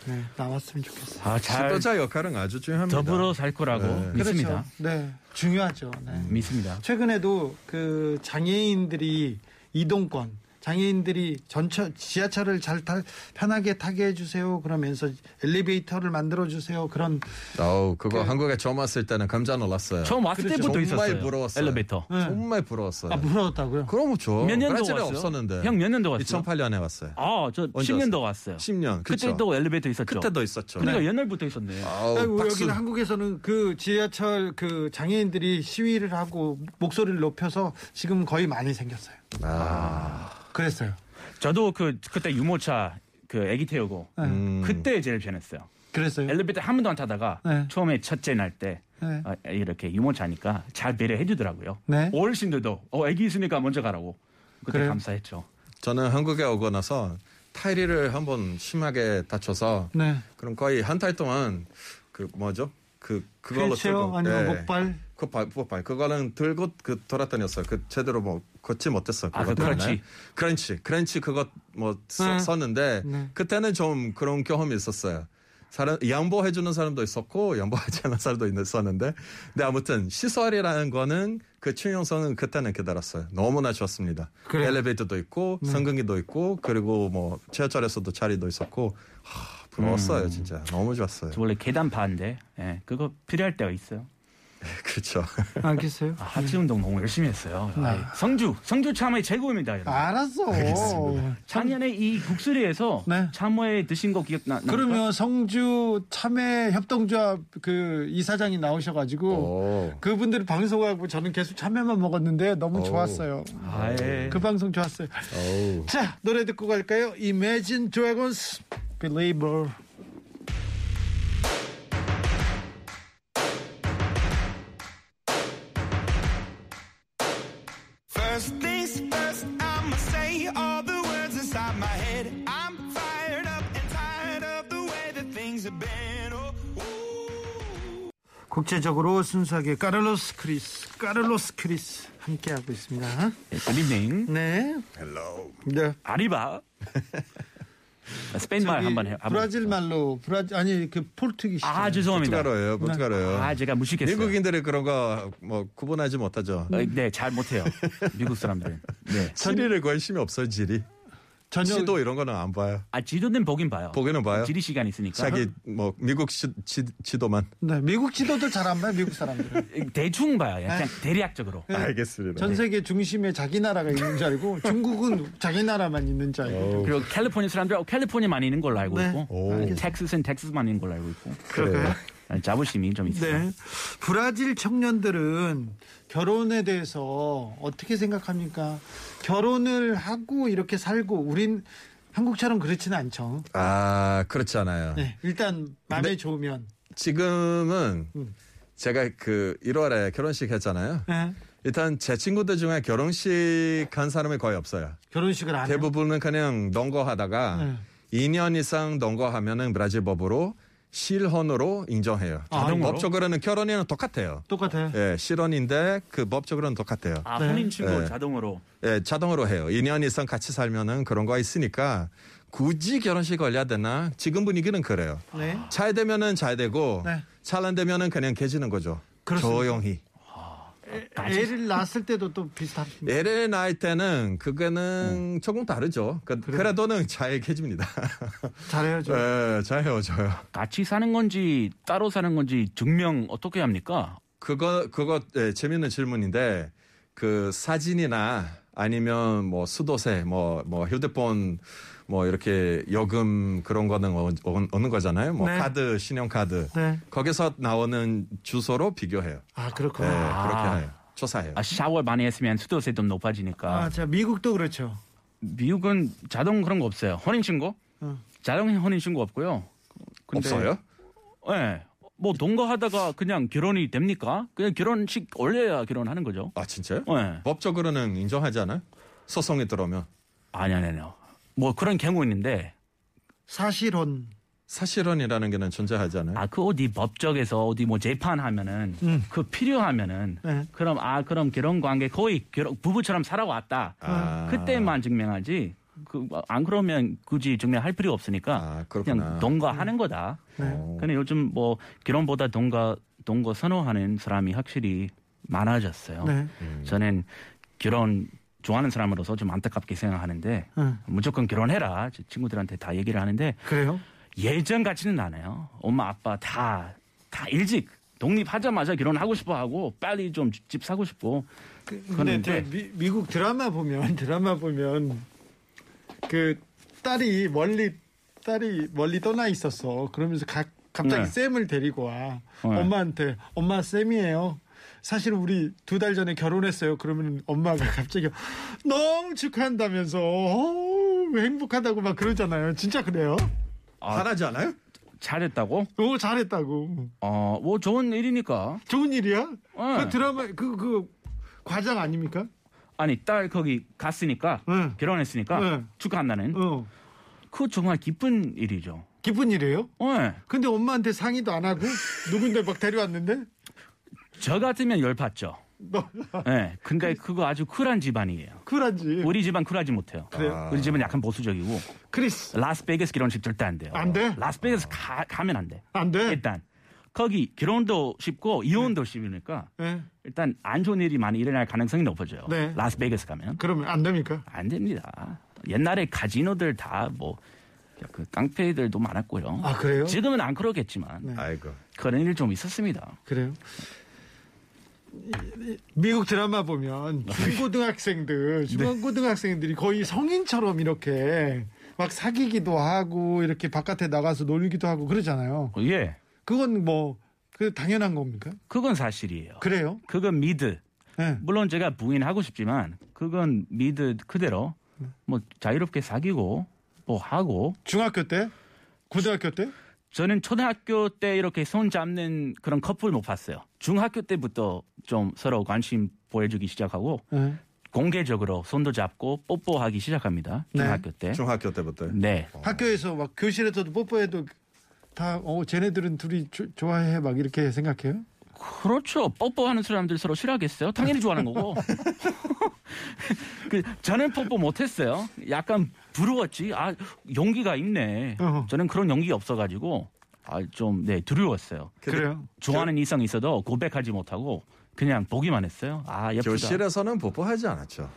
[SPEAKER 4] 네, 나왔으면 좋겠어요.
[SPEAKER 6] 아, 잘
[SPEAKER 7] 지도자 역할은 아주 중요합니다.
[SPEAKER 6] 더불어 살 거라고
[SPEAKER 7] 네.
[SPEAKER 6] 믿습니다.
[SPEAKER 4] 그렇죠. 네, 중요하죠. 네.
[SPEAKER 6] 믿습니다.
[SPEAKER 4] 최근에도 그 장애인들이 이동권 장애인들이 전철 지하철을 잘 타, 편하게 타게 해주세요 그러면서 엘리베이터를 만들어 주세요 그런
[SPEAKER 7] 어우, 그거 한국에 처음 왔을 때는 감자 놀랐어요.
[SPEAKER 6] 처음 왔을
[SPEAKER 7] 그렇죠.
[SPEAKER 6] 때부터
[SPEAKER 7] 정말
[SPEAKER 6] 있었어요.
[SPEAKER 7] 부러웠어요.
[SPEAKER 6] 엘리베이터.
[SPEAKER 4] 네.
[SPEAKER 7] 정말 부러웠어요.
[SPEAKER 4] 아 부러웠다고요?
[SPEAKER 7] 그럼 저
[SPEAKER 6] 몇 년도
[SPEAKER 7] 브라질에
[SPEAKER 6] 왔어요?
[SPEAKER 7] 없었는데.
[SPEAKER 6] 형 몇 년도 왔어요?
[SPEAKER 7] 2008년에 왔어요.
[SPEAKER 6] 아, 저
[SPEAKER 7] 언제
[SPEAKER 6] 10년도 왔어요.
[SPEAKER 7] 10년. 그쵸?
[SPEAKER 6] 그때도 엘리베이터 있었죠.
[SPEAKER 7] 그때도 있었죠.
[SPEAKER 6] 그러니까 옛날부터 있었네.
[SPEAKER 7] 아우,
[SPEAKER 4] 아이고,
[SPEAKER 7] 어, 박수.
[SPEAKER 4] 여기는 한국에서는 그 지하철 그 장애인들이 시위를 하고 목소리를 높여서 지금 거의 많이 생겼어요.
[SPEAKER 7] 아,
[SPEAKER 4] 그랬어요.
[SPEAKER 6] 저도 그 그때 유모차 그 아기 태우고
[SPEAKER 7] 음.
[SPEAKER 6] 그때 제일 편했어요.
[SPEAKER 4] 그랬어요.
[SPEAKER 6] 엘리베이터 한 번도 안 타다가
[SPEAKER 4] 네.
[SPEAKER 6] 처음에 첫째 날 때 아,
[SPEAKER 4] 네.
[SPEAKER 6] 이렇게 유모차니까 잘 배려해 주더라고요.
[SPEAKER 4] 네.
[SPEAKER 6] 어르신들도 어 아기 있으니까 먼저 가라고 그때
[SPEAKER 4] 그래요?
[SPEAKER 6] 감사했죠.
[SPEAKER 7] 저는 한국에 오고 나서 타이를 한번 심하게 다쳐서
[SPEAKER 4] 네.
[SPEAKER 7] 그럼 거의 한 달 동안 그 뭐죠? 그 그걸로
[SPEAKER 4] 휠체어
[SPEAKER 7] 들고-
[SPEAKER 4] 아니면
[SPEAKER 7] 예.
[SPEAKER 4] 목발
[SPEAKER 7] 그 발, 목발 그거는 들고 그 돌아다녔어요. 그 제대로 뭐 걷지 못했어.
[SPEAKER 6] 아, 그 크런치.
[SPEAKER 7] 크런치, 크런치 그거 뭐 써-
[SPEAKER 4] 네.
[SPEAKER 7] 썼는데
[SPEAKER 4] 네.
[SPEAKER 7] 그때는 좀 그런 경험이 있었어요. 사람 양보해 주는 사람도 있었고 양보하지 않는 사람도 있었는데, 근데 아무튼 시설이라는 거는 그 중요성은 그때는 깨달았어요. 너무나 좋았습니다.
[SPEAKER 4] 그래요?
[SPEAKER 7] 엘리베이터도 있고 성근기도 있고 그리고 뭐 지하철에서도 자리도 있었고 하, 부러웠어요 진짜 너무 좋았어요.
[SPEAKER 6] 저그 원래 계단 반데 예, 그거 필요할 때가 있어요.
[SPEAKER 7] 그렇죠.
[SPEAKER 4] 알겠어요?
[SPEAKER 6] 아, 하체 운동 너무 열심히 했어요.
[SPEAKER 7] 네.
[SPEAKER 6] 아이, 성주 성주 참외 최고입니다. 여러분.
[SPEAKER 7] 아,
[SPEAKER 4] 알았어.
[SPEAKER 6] 작년에 이 국수리에서
[SPEAKER 4] 네.
[SPEAKER 6] 참외 드신 거 기억나?
[SPEAKER 4] 그러면 성주 참외 협동조합 그 이사장이 나오셔가지고
[SPEAKER 7] 오.
[SPEAKER 4] 그분들이 방송하고 저는 계속 참외만 먹었는데 너무
[SPEAKER 7] 오.
[SPEAKER 4] 좋았어요.
[SPEAKER 6] 아, 예.
[SPEAKER 4] 그 방송 좋았어요.
[SPEAKER 7] 오.
[SPEAKER 4] 자 노래 듣고 갈까요? Imagine Dragons, Believer.
[SPEAKER 8] First things first, I'ma say all the words inside my head. I'm fired up and tired of the way that things have been. Oh, ooh.
[SPEAKER 4] 국제적으로 순수하게 까를로스 크리스, 까를로스 크리스 함께 하고 있습니다.
[SPEAKER 6] Good evening.
[SPEAKER 4] 네. Hello. 네.
[SPEAKER 6] 예, 아리바. 스페인 말
[SPEAKER 4] 저기
[SPEAKER 6] 한번 해요. 한번.
[SPEAKER 4] 브라질 말로 브라질 아니 그 포르투기시.
[SPEAKER 6] 아 죄송합니다.
[SPEAKER 7] 포르투갈어예요. 포르투갈어예요.
[SPEAKER 6] 아 제가 무식했어요.
[SPEAKER 7] 네, 미국인들이 그런 거 뭐 구분하지 못하죠.
[SPEAKER 6] 어, 네, 잘 못해요. 미국 사람들은. 네.
[SPEAKER 7] 지리를 관심이 없어요. 지리.
[SPEAKER 4] 전혀
[SPEAKER 7] 시도 이런 거는 안 봐요.
[SPEAKER 6] 아 지도는 보긴 봐요.
[SPEAKER 7] 보기는 봐요.
[SPEAKER 6] 지리 시간 있으니까. 어,
[SPEAKER 7] 자기 뭐 미국 시, 도만
[SPEAKER 4] 네, 미국 지도들 잘 안 봐요 미국 사람들은.
[SPEAKER 6] 네. 대충 봐요. 약간
[SPEAKER 7] 네.
[SPEAKER 6] 대략적으로.
[SPEAKER 7] 알겠습니다.
[SPEAKER 4] 전 세계 중심에 자기 나라가 있는 줄 알고 중국은 자기 나라만 있는 줄 알고.
[SPEAKER 6] 그리고 캘리포니아 사람들 어, 캘리포니아만 있는 걸로 알고
[SPEAKER 4] 네.
[SPEAKER 6] 있고 텍사스는 텍사스만 있는 걸로 알고 있고
[SPEAKER 4] 그럴까요?
[SPEAKER 6] 자부심이 좀 있어요.
[SPEAKER 4] 네. 브라질 청년들은 결혼에 대해서 어떻게 생각합니까? 결혼을 하고 이렇게 살고 우린 한국처럼 그렇지는 않죠.
[SPEAKER 7] 아 그렇잖아요.
[SPEAKER 4] 네. 일단 마음에 좋으면.
[SPEAKER 7] 지금은 제가 그 1월에 결혼식 했잖아요.
[SPEAKER 4] 네.
[SPEAKER 7] 일단 제 친구들 중에 결혼식 한 사람이 거의 없어요.
[SPEAKER 4] 아, 결혼식을 안 해요.
[SPEAKER 7] 대부분은 그냥 넘거하다가 2년 이상 넘거하면은 브라질 법으로 실혼으로 인정해요.
[SPEAKER 6] 자동으로?
[SPEAKER 7] 법적으로는 결혼이랑 똑같아요.
[SPEAKER 4] 똑같아요.
[SPEAKER 7] 예, 실언인데 그 법적으로는 똑같아요.
[SPEAKER 6] 아
[SPEAKER 4] 네.
[SPEAKER 6] 혼인 신고
[SPEAKER 7] 네.
[SPEAKER 6] 자동으로.
[SPEAKER 7] 예, 자동으로 해요. 2년 이상 같이 살면은 그런 거 있으니까 굳이 결혼식 걸려야 되나? 지금 분위기는 그래요.
[SPEAKER 4] 네.
[SPEAKER 7] 잘 되면은 잘 되고
[SPEAKER 4] 네.
[SPEAKER 7] 잘 안 되면은 그냥 개지는 거죠.
[SPEAKER 4] 그렇습니다.
[SPEAKER 7] 조용히.
[SPEAKER 4] 애를 낳았을 때도 또 비슷합니다.
[SPEAKER 7] 애를 낳을 때는 그거는
[SPEAKER 4] 음.
[SPEAKER 7] 조금 다르죠. 그, 래도는잘 개집니다.
[SPEAKER 4] 잘해야죠.
[SPEAKER 7] 예, 잘 헤어져요.
[SPEAKER 6] 같이 사는 건지 따로 사는 건지 증명 어떻게 합니까?
[SPEAKER 7] 그거 그거 예, 재밌는 질문인데 그 사진이나 아니면 뭐 수도세 뭐 뭐 휴대폰 뭐 이렇게 여금 그런 거는 어, 어, 어느 거잖아요. 뭐
[SPEAKER 4] 네.
[SPEAKER 7] 카드 신용카드
[SPEAKER 4] 네.
[SPEAKER 7] 거기서 나오는 주소로 비교해요.
[SPEAKER 4] 아,
[SPEAKER 7] 예,
[SPEAKER 4] 그렇구나.
[SPEAKER 6] 아.
[SPEAKER 7] 그렇게 해요. 조사해요.
[SPEAKER 6] 아, 샤워 많이 했으면 수도세 좀 높아지니까.
[SPEAKER 4] 아, 자, 미국도 그렇죠.
[SPEAKER 6] 미국은 자동 그런 거 없어요. 혼인 신고? 자동 혼인 신고 없고요. 근데-
[SPEAKER 7] 없어요?
[SPEAKER 6] 예. 뭐 동거하다가 그냥 결혼이 됩니까? 그냥 결혼식 올려야 결혼하는 거죠.
[SPEAKER 7] 아 진짜요?
[SPEAKER 6] 예.
[SPEAKER 7] 법적으로는 인정하지 않아요? 소송이 들어오면
[SPEAKER 6] 아니 아니 아니요. 뭐 그런 경우 있는데
[SPEAKER 4] 사실혼.
[SPEAKER 7] 사실혼이라는 게는 존재하지 않아요?
[SPEAKER 6] 아 그 어디 법적에서 어디 뭐 재판하면은
[SPEAKER 7] 음.
[SPEAKER 6] 그 필요하면은
[SPEAKER 4] 네.
[SPEAKER 6] 그럼 아 그럼 결혼 관계 거의 결혼 부부처럼 살아왔다.
[SPEAKER 7] 아.
[SPEAKER 6] 그때만 증명하지. 그 안 그러면 굳이 증명할 필요 없으니까
[SPEAKER 7] 아, 그렇구나. 음. 어.
[SPEAKER 6] 그냥 동거하는 거다. 근데 요즘 뭐 결혼보다 동거 동거 선호하는 사람이 확실히 많아졌어요. 음.
[SPEAKER 4] 네.
[SPEAKER 6] 저는 결혼 좋아하는 사람으로서 좀 안타깝게 생각하는데
[SPEAKER 4] 응.
[SPEAKER 7] 음.
[SPEAKER 6] 무조건 결혼해라 제 친구들한테 다 얘기를 하는데
[SPEAKER 4] 그래요?
[SPEAKER 6] 예전 같지는 않아요. 엄마 아빠 다 다 일찍 독립하자마자 결혼하고 싶어 하고 빨리 좀 집 사고 싶고
[SPEAKER 4] 그- 근데
[SPEAKER 6] 그런데
[SPEAKER 4] 저 미, 미국 드라마 보면 드라마 보면 그 딸이 멀리 딸이 멀리 떠나 있었어. 그러면서 가- 갑자기
[SPEAKER 6] 네.
[SPEAKER 4] 쌤을 데리고 와
[SPEAKER 6] 네.
[SPEAKER 4] 엄마한테 엄마 쌤이에요. 사실 우리 두 달 전에 결혼했어요. 그러면 엄마가 갑자기 너무 축하한다면서 어우, 행복하다고 막 그러잖아요. 진짜 그래요?
[SPEAKER 6] 아.
[SPEAKER 7] 잘하지 않아요?
[SPEAKER 6] 잘했다고?
[SPEAKER 4] 오 잘했다고.
[SPEAKER 6] 어, 뭐 좋은 일이니까.
[SPEAKER 4] 좋은 일이야?
[SPEAKER 6] 응.
[SPEAKER 4] 그 드라마 그그 과장 아닙니까?
[SPEAKER 6] 아니 딸 거기 갔으니까
[SPEAKER 4] 응.
[SPEAKER 6] 결혼했으니까
[SPEAKER 4] 응.
[SPEAKER 6] 축하한다는.
[SPEAKER 4] 어
[SPEAKER 6] 그거 정말 기쁜 일이죠.
[SPEAKER 4] 기쁜 일이에요?
[SPEAKER 6] 예.
[SPEAKER 4] 근데 엄마한테 상의도 안 하고 누군데 막 데려왔는데
[SPEAKER 6] 저 같으면 열받죠.
[SPEAKER 4] 너
[SPEAKER 6] 예. 근데 그거 아주 쿨한 집안이에요.
[SPEAKER 4] 쿨한지
[SPEAKER 6] 우리 집안 쿨하지 못해요.
[SPEAKER 4] 예. 그래요?
[SPEAKER 6] 우리 집은 약간 보수적이고
[SPEAKER 4] 크리스
[SPEAKER 6] 라스베이거스 결혼식 절대 안 돼요.
[SPEAKER 4] 안 돼?
[SPEAKER 6] 라스베이거스 가, 가면 안 돼.
[SPEAKER 4] 안 돼.
[SPEAKER 6] 일단 거기 결혼도 쉽고 이혼도 쉽으니까
[SPEAKER 4] 예.
[SPEAKER 6] 일단 안 좋은 일이 많이 일어날 가능성이 높아져요.
[SPEAKER 4] 네.
[SPEAKER 6] 라스베이거스 가면
[SPEAKER 4] 그러면 안 됩니까?
[SPEAKER 6] 안 됩니다. 옛날에 카지노들 다뭐 그 깡패들도 많았고요.
[SPEAKER 4] 아 그래요?
[SPEAKER 6] 지금은 안 그러겠지만
[SPEAKER 4] 네.
[SPEAKER 7] 아이고.
[SPEAKER 6] 그런 일 좀 있었습니다.
[SPEAKER 4] 그래요. 이- 이- 미국 드라마 보면 중고등학생들, 중고등학생들이 거의 성인처럼 이렇게 막 사귀기도 하고 이렇게 바깥에 나가서 놀기도 하고 그러잖아요.
[SPEAKER 6] 어, 예,
[SPEAKER 4] 그건 뭐 그 당연한 겁니까?
[SPEAKER 6] 그건 사실이에요.
[SPEAKER 4] 그래요?
[SPEAKER 6] 그건 미드.
[SPEAKER 4] 예.
[SPEAKER 6] 물론 제가 부인하고 싶지만 그건 미드 그대로
[SPEAKER 4] 네.
[SPEAKER 6] 뭐 자유롭게 사귀고 뭐 하고
[SPEAKER 4] 중학교 때, 고등학교 때,
[SPEAKER 6] 저는 초등학교 때 이렇게 손 잡는 그런 커플 못 봤어요. 중학교 때부터 좀 서로 관심 보여주기 시작하고
[SPEAKER 4] 예.
[SPEAKER 6] 공개적으로 손도 잡고 뽀뽀하기 시작합니다.
[SPEAKER 4] 네.
[SPEAKER 6] 중학교 때.
[SPEAKER 7] 중학교 때부터. 어.
[SPEAKER 6] 네.
[SPEAKER 4] 학교에서 막 교실에서도 뽀뽀해도 다 어, 쟤네들은 둘이 조- 좋아해 막 이렇게 생각해요?
[SPEAKER 6] 그렇죠. 뽀뽀하는 사람들 서로 싫어하겠어요? 당연히 좋아하는 거고. 그, 저는 뽀뽀 못했어요. 약간 부러웠지. 아, 용기가 있네.
[SPEAKER 4] 어허.
[SPEAKER 6] 저는 그런 용기 없어가지고, 아, 좀, 네, 두려웠어요.
[SPEAKER 4] 그래요?
[SPEAKER 6] 좋아하는 이성 있어도 고백하지 못하고, 그냥 보기만 했어요. 아, 예쁘다.
[SPEAKER 7] 교실에서는 뽀뽀하지 않았죠.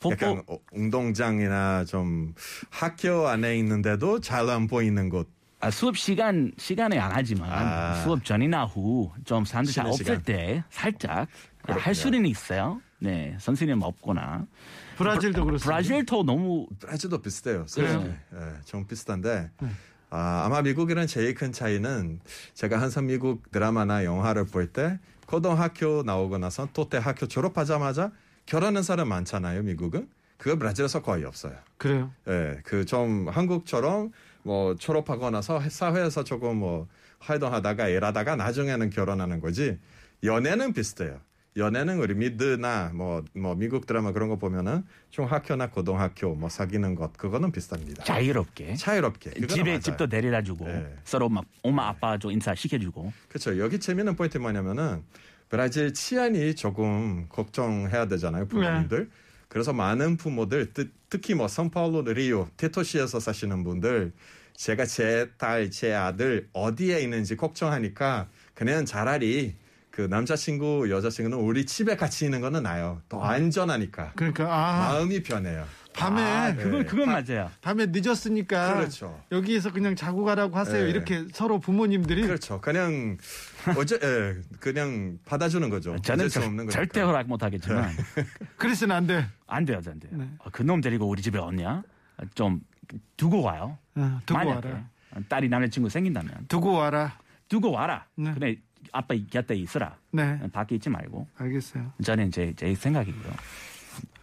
[SPEAKER 6] 뽀뽀.
[SPEAKER 7] 약간 어, 운동장이나 좀 학교 안에 있는데도 잘 안 보이는 곳.
[SPEAKER 6] 아, 수업 시간, 시간에 안 하지만,
[SPEAKER 7] 아.
[SPEAKER 6] 수업 전이나 후, 좀 사람들 잘
[SPEAKER 7] 쉬는
[SPEAKER 6] 없을
[SPEAKER 7] 시간.
[SPEAKER 6] 때, 살짝,
[SPEAKER 7] 그렇군요.
[SPEAKER 6] 할 수는 있어요. 네, 선생님 없거나.
[SPEAKER 4] 브라질도 그렇습니다.
[SPEAKER 6] 브라질도 너무
[SPEAKER 7] 브라질도 비슷해요. 솔직히. 예, 좀 비슷한데
[SPEAKER 6] 네.
[SPEAKER 7] 아, 아마 미국이랑 제일 큰 차이는 제가 항상 미국 드라마나 영화를 볼 때 고등학교 나오고 나서 또 때 학교 졸업하자마자 결혼하는 사람 많잖아요. 미국은 그거 브라질에서 거의 없어요.
[SPEAKER 4] 그래요?
[SPEAKER 7] 예, 그 좀 한국처럼 뭐 졸업하고 나서 사회에서 조금 뭐 활동하다가 일하다가 나중에는 결혼하는 거지. 연애는 비슷해요. 연애는 우리 미드나 뭐, 뭐 미국 드라마 그런 거 보면은 중학교나 고등학교 뭐 사귀는 것 그거는 비슷합니다.
[SPEAKER 6] 자유롭게
[SPEAKER 7] 자유롭게. 그거는
[SPEAKER 6] 집에
[SPEAKER 7] 맞아요.
[SPEAKER 6] 집도 데려다 주고
[SPEAKER 7] 예.
[SPEAKER 6] 서로 막 엄마 아빠 좀 인사 시켜주고
[SPEAKER 7] 그렇죠. 여기 재미있는 포인트 뭐냐면은 브라질 치안이 조금 걱정해야
[SPEAKER 6] 네.
[SPEAKER 7] 되잖아요 부모님들. 그래서 많은 부모들 특- 특히 뭐 선파울로 리오 테토시에서 사시는 분들 제가 제 딸, 제 아들 어디에 있는지 걱정하니까 그냥 차라리 그 남자친구, 여자친구는 우리 집에 같이 있는 거는 나요. 더 안전하니까
[SPEAKER 4] 그러니까 아
[SPEAKER 7] 마음이 편해요.
[SPEAKER 4] 밤에
[SPEAKER 6] 아, 그건
[SPEAKER 7] 예.
[SPEAKER 6] 그건 맞아요
[SPEAKER 4] 밤에 늦었으니까
[SPEAKER 7] 그렇죠.
[SPEAKER 4] 여기에서 그냥 자고 가라고 하세요.
[SPEAKER 7] 예.
[SPEAKER 4] 이렇게 서로 부모님들이
[SPEAKER 7] 그렇죠. 그냥 어제 예, 그냥 받아주는 거죠.
[SPEAKER 6] 저는
[SPEAKER 7] 어쩔 수
[SPEAKER 6] 절-
[SPEAKER 7] 없는 네. 거니까.
[SPEAKER 6] 절대 허락 못 하겠지만
[SPEAKER 4] 그래서는 안 돼.
[SPEAKER 6] 안 돼요 안 돼요
[SPEAKER 4] 네.
[SPEAKER 6] 아, 그놈 데리고 우리 집에 왔냐 아, 좀 두고 와요
[SPEAKER 4] 어, 두고
[SPEAKER 6] 만약에
[SPEAKER 4] 와라.
[SPEAKER 6] 딸이 남자친구 생긴다면
[SPEAKER 4] 두고 와라.
[SPEAKER 6] 두고 와라
[SPEAKER 4] 네.
[SPEAKER 6] 근데 아빠 곁에 있으라
[SPEAKER 4] 네.
[SPEAKER 6] 밖에 있지 말고
[SPEAKER 4] 알겠어요.
[SPEAKER 6] 저는 제, 제 생각이고요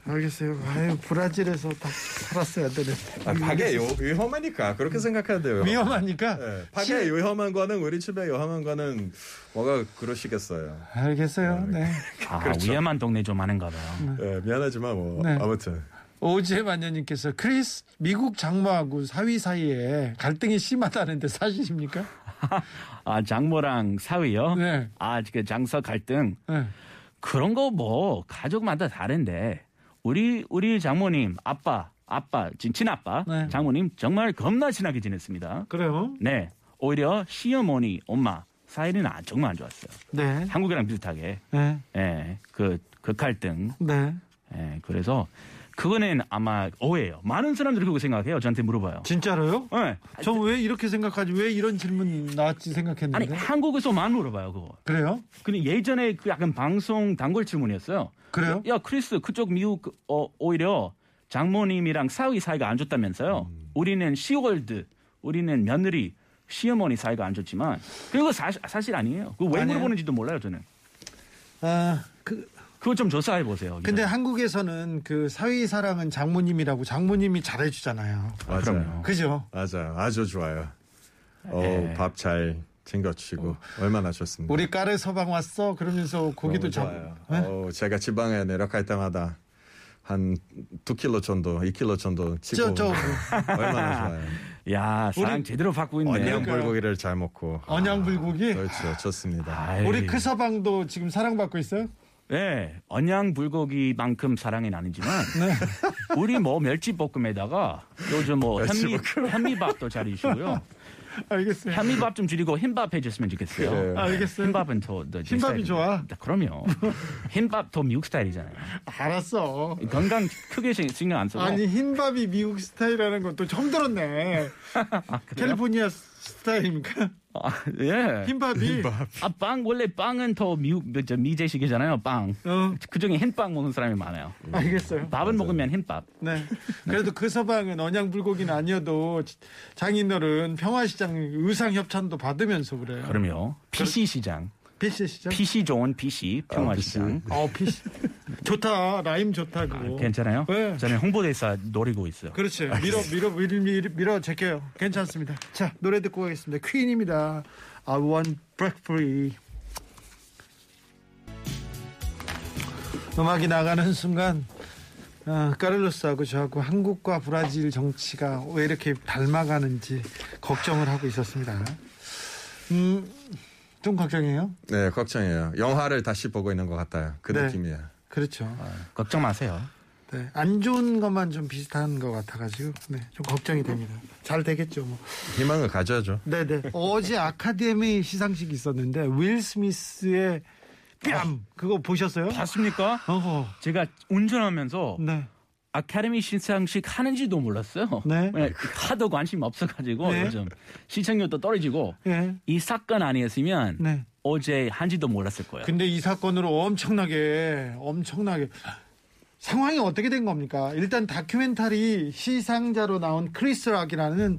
[SPEAKER 4] 알겠어요. 아유, 브라질에서 다 살았어야 되는데.
[SPEAKER 7] 아, 박에 요, 위험하니까 그렇게 생각해야 돼요.
[SPEAKER 4] 음. 위험하니까.
[SPEAKER 7] 예, 박에 위험한 거는 우리 집에 위험한 거는 뭐가 그러시겠어요.
[SPEAKER 4] 알겠어요. 네.
[SPEAKER 6] 아
[SPEAKER 7] 그렇죠.
[SPEAKER 6] 위험한 동네 좀 많은가 봐요
[SPEAKER 7] 예, 미안하지만 뭐
[SPEAKER 4] 네.
[SPEAKER 7] 아무튼
[SPEAKER 4] 오지혜 마녀님께서 크리스 미국 장모하고 사위 사이에 갈등이 심하다는데 사실입니까?
[SPEAKER 6] 아 장모랑 사위요
[SPEAKER 4] 네.
[SPEAKER 6] 아 지금 장서 갈등
[SPEAKER 4] 네.
[SPEAKER 6] 그런 거 뭐 가족마다 다른데 우리 우리 장모님 아빠 아빠 진- 친아빠
[SPEAKER 4] 네.
[SPEAKER 6] 장모님 정말 겁나 친하게 지냈습니다.
[SPEAKER 4] 그래요?
[SPEAKER 6] 네 오히려 시어머니 엄마 사이는 아, 정말 안 좋았어요.
[SPEAKER 4] 네.
[SPEAKER 6] 한국이랑 비슷하게
[SPEAKER 4] 네.
[SPEAKER 6] 예그 극갈등
[SPEAKER 4] 네.
[SPEAKER 6] 예 그래서 그거는 아마 오해예요. 많은 사람들이 그거 생각해요. 저한테 물어봐요.
[SPEAKER 4] 진짜로요?
[SPEAKER 6] 예.
[SPEAKER 4] 저 왜 이렇게 생각하지? 왜 이런 질문 나왔지
[SPEAKER 6] 아니
[SPEAKER 4] 생각했는데.
[SPEAKER 6] 한국에서만 물어봐요 그거.
[SPEAKER 4] 그래요?
[SPEAKER 6] 근데 예전에 그 약간 방송 단골 질문이었어요.
[SPEAKER 4] 그래요?
[SPEAKER 6] 야 크리스 그쪽 미국 그, 어, 오히려 장모님이랑 사위 사이가 안 좋다면서요. 우리는 시월드, 우리는 며느리, 시어머니 사이가 안 좋지만 그거 사실, 사실 아니에요. 그왜
[SPEAKER 4] 아니에요?
[SPEAKER 6] 물어보는지도 몰라요 저는.
[SPEAKER 4] 아, 그
[SPEAKER 6] 그거 좀 조사해 보세요.
[SPEAKER 4] 근데 한국에서는 그 사위 사랑은 장모님이라고 장모님이 잘해주잖아요.
[SPEAKER 7] 맞아요.
[SPEAKER 6] 그럼요.
[SPEAKER 4] 그죠?
[SPEAKER 7] 맞아요. 아주 좋아요.
[SPEAKER 6] 예.
[SPEAKER 7] 밥 잘 챙겨주시고 얼마나 좋습니다.
[SPEAKER 4] 네. 우리 까르 서방 왔어 그러면서 고기도 네?
[SPEAKER 7] 너무
[SPEAKER 4] 잡.
[SPEAKER 7] 좋아요. 어우, 제가 지방에 내려갈 때마다 한 2kg 정도, 2kg 정도
[SPEAKER 4] 저,
[SPEAKER 7] 치고
[SPEAKER 4] 저,
[SPEAKER 7] 얼마나 좋아요.
[SPEAKER 6] 야 사랑 제대로 받고 있네.
[SPEAKER 7] 언양 불고기를 잘 먹고
[SPEAKER 4] 언양 불고기?
[SPEAKER 7] 그렇죠. 좋습니다.
[SPEAKER 6] 아이,
[SPEAKER 4] 우리 크 서방도 지금 사랑받고 있어요?
[SPEAKER 6] 예, 언양 불고기만큼 사랑이 나는지만 우리 뭐 멸치볶음에다가 요즘 뭐 현미 현미밥도 잘 드시고요.
[SPEAKER 4] 알겠어요.
[SPEAKER 6] 현미밥 좀 줄이고 흰밥 해줬으면 좋겠어요.
[SPEAKER 7] 그래요.
[SPEAKER 4] 알겠어요.
[SPEAKER 6] 흰밥은 더, 더
[SPEAKER 4] 흰밥이 좋아?
[SPEAKER 6] 그럼요. 흰밥 더 미국 스타일이잖아요.
[SPEAKER 4] 알았어.
[SPEAKER 6] 건강 크게 신- 신경 안 쓰고.
[SPEAKER 4] 아니 흰밥이 미국 스타일이라는 것도 처음 들었네. 캘리포니아 스타일입니까?
[SPEAKER 6] 아, 예.
[SPEAKER 4] 흰밥이.
[SPEAKER 6] 아, 빵 원래 빵은 더 미국 그, 저 미제식이잖아요. 빵.
[SPEAKER 4] 어,
[SPEAKER 6] 그중에 흰빵 먹는 사람이 많아요.
[SPEAKER 4] 알겠어요.
[SPEAKER 6] 밥은 먹으면 흰밥.
[SPEAKER 4] 네. 그래도 그 서방은 언양 불고기는 아니어도 지- 장인어른 평화시장 의상 협찬도 받으면서 그래요.
[SPEAKER 6] 그럼요. PC 시장.
[SPEAKER 4] PC 시장.
[SPEAKER 6] PC 좋은 PC 평화 시장.
[SPEAKER 4] 어, PC. 좋다. 라임 좋다 그거.
[SPEAKER 6] 괜찮아요?
[SPEAKER 4] 네.
[SPEAKER 6] 저는 홍보대사 노리고 있어요.
[SPEAKER 4] 그렇지. 밀어 그렇죠. 밀어 밀어 밀어, 밀어 제껴요. 괜찮습니다. 자, 노래 듣고 가겠습니다. 퀸입니다. I want break free. 음악이 나가는 순간 아, 까를로스하고 저하고 한국과 브라질 정치가 왜 이렇게 닮아가는지 걱정을 하고 있었습니다. 음, 좀 걱정해요.
[SPEAKER 7] 네, 걱정이에요. 영화를 다시 보고 있는 것 같아요. 그
[SPEAKER 4] 네.
[SPEAKER 7] 느낌이에요.
[SPEAKER 4] 그렇죠.
[SPEAKER 6] 걱정 마세요.
[SPEAKER 4] 네, 안 좋은 것만 좀 비슷한 것 같아가지고 네, 좀 걱정이 됩니다. 잘 되겠죠. 뭐.
[SPEAKER 7] 희망을 가져야죠.
[SPEAKER 4] 네네. 어제 아카데미 시상식이 있었는데 윌 스미스의 뺨 그거 보셨어요?
[SPEAKER 6] 봤습니까?
[SPEAKER 4] 어허.
[SPEAKER 6] 제가 운전하면서
[SPEAKER 4] 네.
[SPEAKER 6] 아카데미 시상식 하는지도 몰랐어요.
[SPEAKER 4] 네.
[SPEAKER 6] 네, 하도 관심 없어가지고
[SPEAKER 4] 네.
[SPEAKER 6] 요즘 시청률도 떨어지고
[SPEAKER 4] 예.
[SPEAKER 6] 이 사건 아니었으면
[SPEAKER 4] 네.
[SPEAKER 6] 어제 한지도 몰랐을 거예요.
[SPEAKER 4] 근데 이 사건으로 엄청나게 엄청나게 상황이 어떻게 된 겁니까? 일단 다큐멘터리 시상자로 나온 크리스 락이라는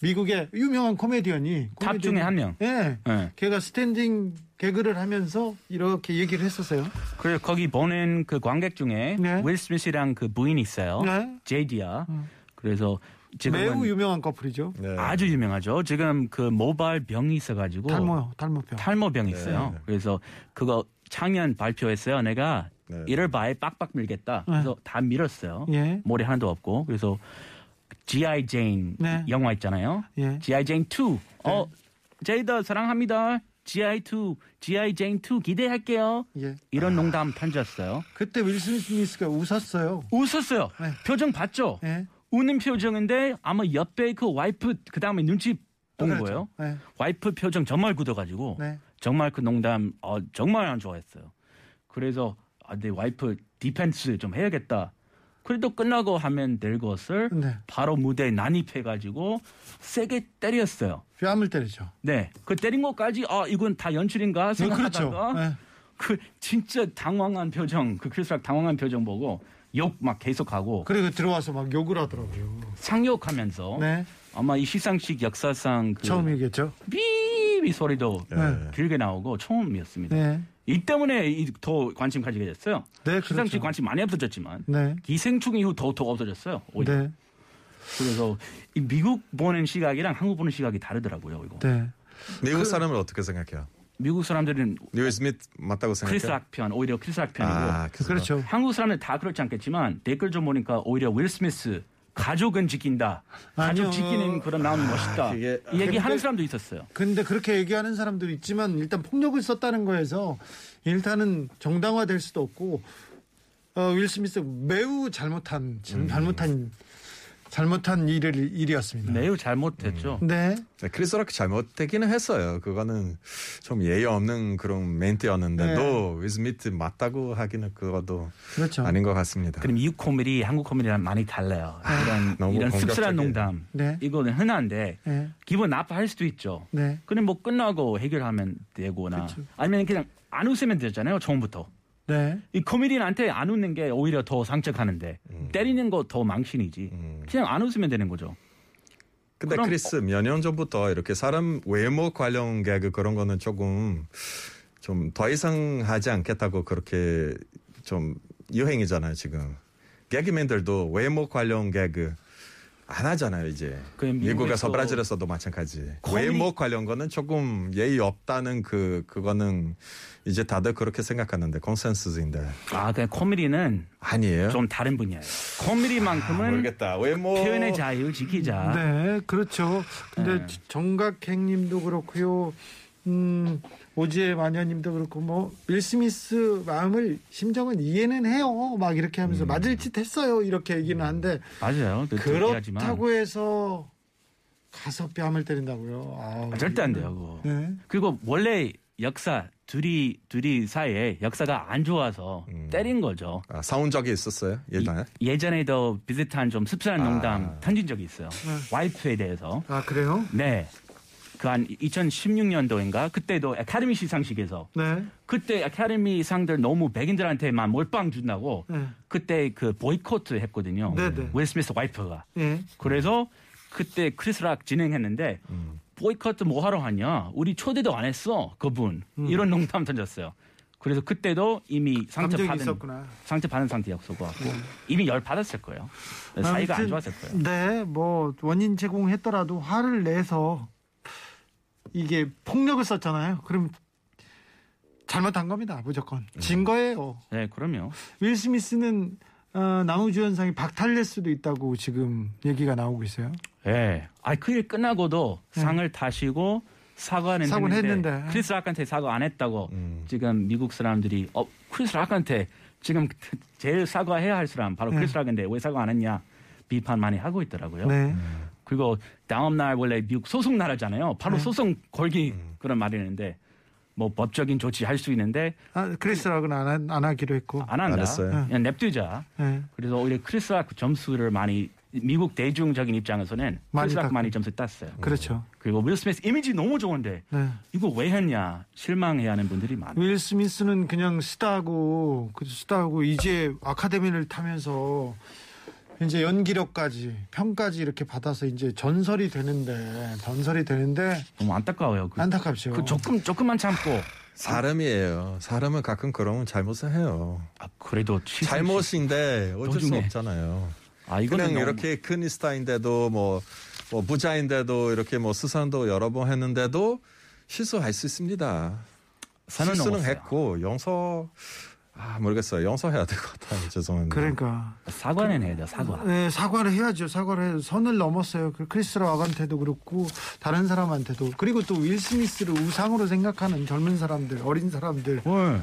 [SPEAKER 4] 미국의 유명한 코미디언이
[SPEAKER 6] 탑
[SPEAKER 4] 코미디언-
[SPEAKER 6] 중에 한 명.
[SPEAKER 4] 예.
[SPEAKER 6] 네.
[SPEAKER 4] 걔가 스탠딩 개그를 하면서 이렇게 얘기를 했었어요.
[SPEAKER 6] 그리고 거기 보는 그 관객 중에
[SPEAKER 4] 네.
[SPEAKER 6] 윌 스미스랑 그 부인이 있어요.
[SPEAKER 4] 네.
[SPEAKER 6] 제디야. 그래서 지금
[SPEAKER 4] 매우 유명한 커플이죠.
[SPEAKER 7] 네.
[SPEAKER 6] 아주 유명하죠. 지금 그 모발 병이 있어가지고
[SPEAKER 4] 탈모 탈모병.
[SPEAKER 6] 탈모병이 있어요. 그래서 그거 작년 발표했어요. 내가
[SPEAKER 7] 네.
[SPEAKER 6] 이럴 바에 빡빡 밀겠다.
[SPEAKER 4] 네.
[SPEAKER 6] 그래서 다 밀었어요.
[SPEAKER 4] 예.
[SPEAKER 6] 머리 하나도 없고 그래서 G.I. 제인
[SPEAKER 4] 네.
[SPEAKER 6] 영화 있잖아요.
[SPEAKER 4] 예. 네.
[SPEAKER 6] G.I. 제인 2. 어, 제이더 사랑합니다. G.I. 2, G.I. 제인 2 기대할게요.
[SPEAKER 4] 예.
[SPEAKER 6] 이런 농담 던졌어요.
[SPEAKER 4] 그때 윌슨 스미스가 웃었어요.
[SPEAKER 6] 웃었어요.
[SPEAKER 4] 네.
[SPEAKER 6] 표정 봤죠?
[SPEAKER 4] 네.
[SPEAKER 6] 웃는 표정인데 아마 옆에 그 와이프 그 다음에 눈치 본
[SPEAKER 4] 그렇죠.
[SPEAKER 6] 거예요.
[SPEAKER 4] 네.
[SPEAKER 6] 와이프 표정 정말 굳어가지고
[SPEAKER 4] 네.
[SPEAKER 6] 정말 그 농담 어, 정말 안 좋아했어요. 그래서 아, 내 와이프 디펜스 좀 해야겠다. 그래도 끝나고 하면 될 것을
[SPEAKER 4] 네.
[SPEAKER 6] 바로 무대에 난입해가지고 세게 때렸어요.
[SPEAKER 4] 뺨을 때리죠.
[SPEAKER 6] 네, 그 때린 것까지 아 이건 다 연출인가
[SPEAKER 4] 네,
[SPEAKER 6] 생각하다가
[SPEAKER 4] 네.
[SPEAKER 6] 그 진짜 당황한 표정, 그 크리스락 당황한 표정 보고 욕 막 계속하고
[SPEAKER 4] 그리고 들어와서 막 욕을 하더라고요.
[SPEAKER 6] 상욕하면서
[SPEAKER 4] 네.
[SPEAKER 6] 아마 이 시상식 역사상 그
[SPEAKER 4] 처음이겠죠.
[SPEAKER 6] 비비 소리도
[SPEAKER 4] 네.
[SPEAKER 6] 길게 나오고 처음이었습니다.
[SPEAKER 4] 네.
[SPEAKER 6] 이 때문에 이- 더 관심 가지게 됐어요.
[SPEAKER 4] 네,
[SPEAKER 6] 시상식
[SPEAKER 4] 그렇죠.
[SPEAKER 6] 관심 많이 없어졌지만
[SPEAKER 4] 네.
[SPEAKER 6] 기생충 이후 더, 더 없어졌어요. 오히려.
[SPEAKER 4] 네.
[SPEAKER 6] 그래서 이 미국 보는 시각이랑 한국 보는 시각이 다르더라고요. 이거.
[SPEAKER 4] 네.
[SPEAKER 7] 미국 사람을 어떻게 생각해요?
[SPEAKER 6] 미국 사람들은
[SPEAKER 7] 뉴 스미트 맞다고
[SPEAKER 4] 그러니까.
[SPEAKER 7] 생각해요?
[SPEAKER 6] 크리스락 편, 오히려 크리스락 편이고
[SPEAKER 7] 아, 크리스
[SPEAKER 4] 그렇죠.
[SPEAKER 6] 한국 사람들 다 그렇지 않겠지만 댓글 좀 보니까 오히려 윌 스미스 가족은 지킨다. 가족
[SPEAKER 4] 아니요.
[SPEAKER 6] 지키는 그런 마음이 멋있다.
[SPEAKER 7] 그게-
[SPEAKER 6] 이 얘기 하는
[SPEAKER 4] 근데-
[SPEAKER 6] 사람도 있었어요.
[SPEAKER 4] 근데 그렇게 얘기하는 사람도 있지만 일단 폭력을 썼다는 거에서 일단은 정당화될 수도 없고 어, 윌 스미스 매우 잘못한 참 잘못한 잘못한 일을 일이었습니다.
[SPEAKER 6] 매우 잘못했죠.
[SPEAKER 4] 네.
[SPEAKER 7] 네, 크리스 락 잘못되기는 했어요. 그거는 좀 예의 없는 그런 멘트였는데도 위즈미트 맞다고 하기는 그것도
[SPEAKER 4] 네. 그렇죠.
[SPEAKER 7] 아닌 것 같습니다.
[SPEAKER 6] 그럼 미국 코미디 한국 코미디랑 많이 달라요. 이런,
[SPEAKER 7] 너무
[SPEAKER 6] 이런 씁쓸한
[SPEAKER 7] 공격적이에요.
[SPEAKER 6] 농담.
[SPEAKER 4] 네.
[SPEAKER 6] 이거는 흔한데
[SPEAKER 4] 네.
[SPEAKER 6] 기분 나빠할 수도 있죠.
[SPEAKER 4] 네.
[SPEAKER 6] 근데 뭐 끝나고 해결하면 되거나 아니면 그냥 안 웃으면 되잖아요. 처음부터.
[SPEAKER 4] 네.
[SPEAKER 6] 이 코미디한테 안 웃는 게 오히려 더 상처하는데 때리는 거 더 망신이지. 그냥 안 웃으면 되는 거죠.
[SPEAKER 7] 근데
[SPEAKER 6] 그럼-
[SPEAKER 7] 크리스 몇 년 전부터 이렇게 사람 외모 관련 개그 그런 거는 조금 좀 더 이상 하지 않겠다고 그렇게 좀 유행이잖아요 지금. 개그맨들도 외모 관련 개그 안 하잖아요 이제.
[SPEAKER 6] 그
[SPEAKER 7] 미국에서
[SPEAKER 6] 미국에서
[SPEAKER 7] 브라질에서도 마찬가지.
[SPEAKER 6] 거의-
[SPEAKER 7] 외모 관련 거는 조금 예의 없다는 그 그거는 이제 다들 그렇게 생각하는데 컨센서스인데
[SPEAKER 6] 아, 그냥 코미디는
[SPEAKER 7] 아니에요. 아,
[SPEAKER 6] 좀 다른 분야예요. 코미디만큼은
[SPEAKER 7] 네? 모르겠다. 외모
[SPEAKER 6] 표현의 자유 지키자.
[SPEAKER 4] 네, 그렇죠. 근데
[SPEAKER 6] 네.
[SPEAKER 4] 정각행님도 그렇고요. 음, 오지의 마녀님도 그렇고 뭐윌 스미스 마음을 심정은 이해는 해요. 막 이렇게 하면서 맞을 짓 했어요. 이렇게 얘기는 한데
[SPEAKER 6] 맞아요. 음. 그- 얘기하지만
[SPEAKER 4] 그렇다고 해서 가서 뺨을 때린다고요. 아우.
[SPEAKER 6] 아, 절대 안 돼요. 그거.
[SPEAKER 4] 네.
[SPEAKER 6] 그리고 원래 역사 둘이 둘이 사이에 역사가 안 좋아서 때린 거죠.
[SPEAKER 7] 아, 싸운 적이 있었어요 예전에.
[SPEAKER 6] 이- 예전에도 비슷한 좀 씁쓸한
[SPEAKER 7] 아.
[SPEAKER 6] 농담 던진 적이 있어요.
[SPEAKER 4] 네.
[SPEAKER 6] 와이프에 대해서.
[SPEAKER 4] 아 그래요?
[SPEAKER 6] 네. 그 한 2016년도인가 그때도 아카데미 시상식에서
[SPEAKER 4] 네.
[SPEAKER 6] 그때 아카데미 상들 너무 백인들한테만 몰빵 준다고
[SPEAKER 4] 네.
[SPEAKER 6] 그때 그 보이콧 했거든요.
[SPEAKER 4] 네네.
[SPEAKER 6] 윌 스미스 와이프가.
[SPEAKER 4] 예.
[SPEAKER 6] 그래서 그때 크리스락 진행했는데
[SPEAKER 7] 음.
[SPEAKER 6] 보이콧 뭐 하러 하냐? 우리 초대도 안 했어 그분 이런 농담 던졌어요. 그래서 그때도 이미 상처
[SPEAKER 4] 음. 감정이
[SPEAKER 6] 받은
[SPEAKER 4] 있었구나. 음.
[SPEAKER 6] 상처 받은 상태였고 이미 열 받았을 거예요. 네, 사이가 안
[SPEAKER 4] 아무튼,
[SPEAKER 6] 좋았을 거예요.
[SPEAKER 4] 네, 뭐 원인 제공했더라도 화를 내서 이게 폭력을 썼잖아요. 그럼 잘못한 겁니다. 무조건 진 거예요.
[SPEAKER 6] 네, 그럼요.
[SPEAKER 4] 윌 스미스는 어, 남우주연상이 박탈될 수도 있다고 지금 얘기가 나오고 있어요.
[SPEAKER 6] 예. 아, 그 일 끝나고도 상을 타시고
[SPEAKER 4] 네.
[SPEAKER 6] 사과는
[SPEAKER 4] 사과는
[SPEAKER 6] 했는데,
[SPEAKER 4] 했는데.
[SPEAKER 6] 크리스 락한테 사과 안 했다고 지금 미국 사람들이 어, 크리스 락한테 지금 제일 사과해야 할 사람 바로 크리스 락인데 왜 사과 안 했냐 비판 많이 하고 있더라고요.
[SPEAKER 4] 네,
[SPEAKER 6] 그리고 다음 날 원래 미국 소송 나라잖아요. 바로 소송 걸기 그런 말이 있는데 뭐 법적인 조치 할 수 있는데
[SPEAKER 4] 아, 크리스락은 안, 한- 안 하기로 했고.
[SPEAKER 6] 안 한다.
[SPEAKER 7] 안 했어요.
[SPEAKER 6] 그냥 냅두자.
[SPEAKER 4] 네.
[SPEAKER 6] 그래서 오히려 크리스락 점수를 많이 미국 대중적인 입장에서는
[SPEAKER 4] 많이
[SPEAKER 6] 크리스락
[SPEAKER 4] 땄고.
[SPEAKER 6] 많이 점수 땄어요.
[SPEAKER 4] 그렇죠.
[SPEAKER 6] 그리고 윌 스미스 이미지 너무 좋은데
[SPEAKER 4] 네.
[SPEAKER 6] 이거 왜 했냐 실망해 하는 분들이 많아요.
[SPEAKER 4] 윌 스미스는 그냥 스타고 그 스타고 이제 아카데미를 타면서 이제 연기력까지 평까지 이렇게 받아서 이제 전설이 되는데 전설이 되는데
[SPEAKER 6] 너무 안타까워요. 그,
[SPEAKER 4] 안타깝죠.
[SPEAKER 6] 그 조금 조금만 참고
[SPEAKER 7] 사람이에요. 사람은 가끔 그러면 잘못을 해요.
[SPEAKER 6] 아, 그래도 시선-
[SPEAKER 7] 잘못인데 어쩔 수
[SPEAKER 6] 도중에.
[SPEAKER 7] 없잖아요.
[SPEAKER 6] 아 이거는
[SPEAKER 7] 그냥
[SPEAKER 6] 너무-
[SPEAKER 7] 이렇게 큰 스타인데도 뭐, 뭐 부자인데도 이렇게 뭐 수상도 여러 번 했는데도 실수할 수 있습니다.
[SPEAKER 6] 선을
[SPEAKER 7] 실수는
[SPEAKER 6] 넘었어요.
[SPEAKER 7] 했고 용서 아 모르겠어요. 용서해야 될 것 같아요. 죄송합니다.
[SPEAKER 4] 그러니까
[SPEAKER 6] 사과는 해야 돼요. 사과.
[SPEAKER 4] 네, 사과를 해야죠. 사과를 해 선을 넘었어요. 그 크리스 락한테도 그렇고 다른 사람한테도 그리고 또 윌 스미스를 우상으로 생각하는 젊은 사람들, 어린 사람들
[SPEAKER 6] 헐.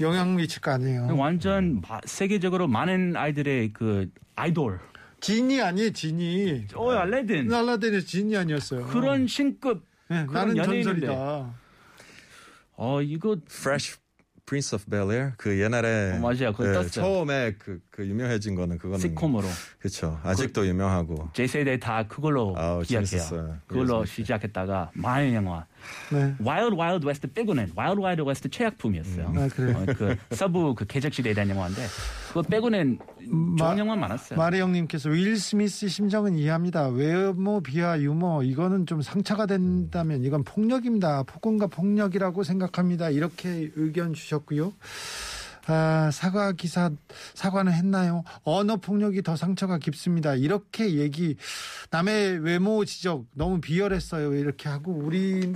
[SPEAKER 4] 영향 미칠 거
[SPEAKER 6] 네,
[SPEAKER 4] 아니에요.
[SPEAKER 6] 완전 마- 세계적으로 많은 아이들의 그 아이돌.
[SPEAKER 4] 진이 아니에요, 진이.
[SPEAKER 6] 어 알레딘.
[SPEAKER 4] 날라데는 진이 아니었어요.
[SPEAKER 6] 그런 신급.
[SPEAKER 4] 네,
[SPEAKER 6] 그런
[SPEAKER 4] 나는
[SPEAKER 6] 연예인인데.
[SPEAKER 4] 전설이다.
[SPEAKER 6] 어 이거
[SPEAKER 7] Fresh Prince of Bel Air 그 옛날에 예,
[SPEAKER 6] 어, 맞아요. 그거 떴어요.
[SPEAKER 7] 처음에 그, 그 유명해진 거는 그거는
[SPEAKER 6] 시콤으로
[SPEAKER 7] 그렇죠. 아직도 유명하고
[SPEAKER 6] 제 세대 다 그걸로
[SPEAKER 7] 아우, 재밌었어요.
[SPEAKER 6] 기억해요. 그걸로
[SPEAKER 7] 재밌었어요.
[SPEAKER 6] 시작했다가 많은 영화.
[SPEAKER 4] 네.
[SPEAKER 6] 와일드 와일드 웨스트 빼고는 와일드 와일드 웨스트 최약품이었어요.
[SPEAKER 4] 아, 그래요?
[SPEAKER 6] 어, 그 서부 그 개척시대에 대한 영화인데 그거 빼고는
[SPEAKER 4] 마-
[SPEAKER 6] 좋은 영화 많았어요.
[SPEAKER 4] 마리영님께서 윌 스미스 심정은 이해합니다. 외모 비하 유머 이거는 좀 상처가 된다면 이건 폭력입니다. 폭언과 폭력이라고 생각합니다. 이렇게 의견 주셨고요. 아, 사과 기사 사과는 했나요? 언어 폭력이 더 상처가 깊습니다. 이렇게 얘기 남의 외모 지적 너무 비열했어요. 이렇게 하고 우리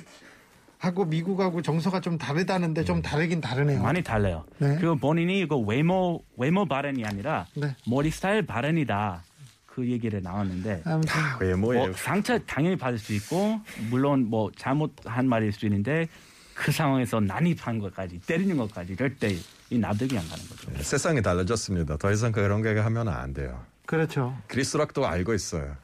[SPEAKER 4] 하고 미국하고 정서가 좀 다르다는데 좀 다르긴 다르네요.
[SPEAKER 6] 음. 많이 달라요.
[SPEAKER 4] 네.
[SPEAKER 6] 그리고 본인이 이거 외모 외모 발언이 아니라
[SPEAKER 4] 네.
[SPEAKER 6] 머리 스타일 발언이다 그 얘기를 나왔는데
[SPEAKER 4] 아무튼
[SPEAKER 7] 외모예요.
[SPEAKER 6] 뭐 상처 당연히 받을 수 있고 물론 뭐 잘못한 말일 수도 있는데 그 상황에서 난입한 것까지 때리는 것까지 절대 이 납득이 안 가는 거죠.
[SPEAKER 7] 세상이 달라졌습니다. 더 이상 그런 게 하면 안 돼요.
[SPEAKER 4] 그렇죠.
[SPEAKER 7] 그리스락도 알고 있어요.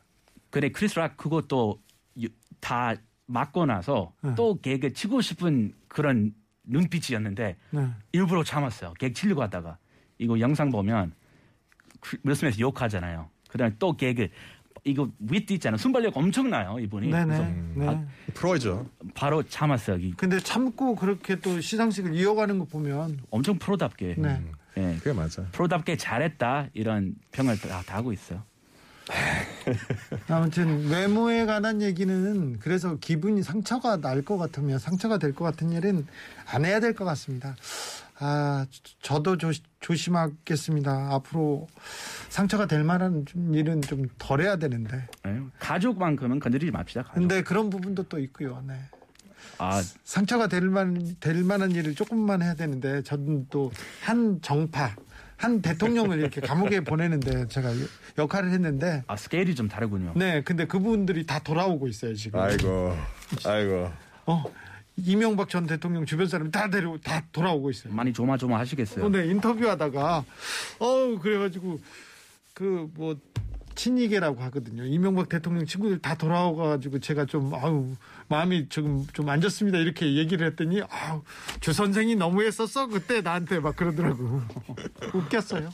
[SPEAKER 6] 근데 크리스 락 그것도 유- 다 맞고 나서
[SPEAKER 4] 예.
[SPEAKER 6] 또 개그 치고 싶은 그런 눈빛이었는데
[SPEAKER 4] 네.
[SPEAKER 6] 일부러 참았어요. 객 치려고 하다가 이거 영상 보면 윌스미스 욕하잖아요. 그다음 에또 개그 이거 윗 있잖아요. 순발력 엄청나요 이분이. 그래서
[SPEAKER 4] 네네. 네.
[SPEAKER 7] 프로죠.
[SPEAKER 6] 바로 참았어요. 이-
[SPEAKER 4] 근데 참고 그렇게 또 시상식을 이어가는 거 보면
[SPEAKER 6] 엄청 프로답게.
[SPEAKER 4] 네.
[SPEAKER 6] 예,
[SPEAKER 7] 그게 맞아.
[SPEAKER 6] 프로답게 잘했다 이런 평을 다, 다 하고 있어요.
[SPEAKER 4] 아무튼 외모에 관한 얘기는 그래서 기분이 상처가 날 것 같으면 상처가 될 것 같은 일은 안 해야 될 것 같습니다. 아, 저- 저도 조, 조심하겠습니다. 앞으로 상처가 될 만한 좀 일은 좀 덜해야 되는데.
[SPEAKER 6] 네. 가족만큼은 건드리지 맙시다. 가족.
[SPEAKER 4] 근데 그런 부분도 또 있고요. 네.
[SPEAKER 6] 아
[SPEAKER 4] 상처가 될, 만, 될 만한 일을 조금만 해야 되는데 저는 또 한 정파 한 대통령을 이렇게 감옥에 보내는데 제가 여- 역할을 했는데
[SPEAKER 6] 아, 스케일이 좀 다르군요.
[SPEAKER 4] 네 근데 그분들이 다 돌아오고 있어요 지금
[SPEAKER 7] 아이고, 아이고.
[SPEAKER 4] 어 이명박 전 대통령 주변 사람 다 데려 다 돌아오고 있어요
[SPEAKER 6] 많이 조마조마 하시겠어요.
[SPEAKER 4] 근데 인터뷰하다가 어우 그래가지고 그 뭐 친이계라고 하거든요. 이명박 대통령 친구들 다 돌아와가지고 제가 좀 아우 마음이 조금 좀 안 좋습니다 이렇게 얘기를 했더니 아우 주 선생이 너무 했었어 그때 나한테 막 그러더라고 웃겼어요.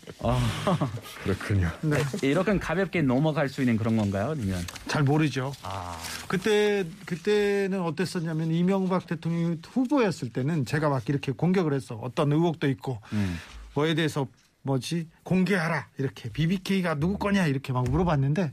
[SPEAKER 7] 그렇군요.
[SPEAKER 4] 네.
[SPEAKER 6] 이렇게 가볍게 넘어갈 수 있는 그런 건가요? 아니면
[SPEAKER 4] 잘 모르죠. 그때 그때는 어땠었냐면 이명박 대통령 후보였을 때는 제가 막 이렇게 공격을 했어. 어떤 의혹도 있고 뭐에 대해서 뭐지 공개하라 이렇게 BBK가 누구 거냐 이렇게 막 물어봤는데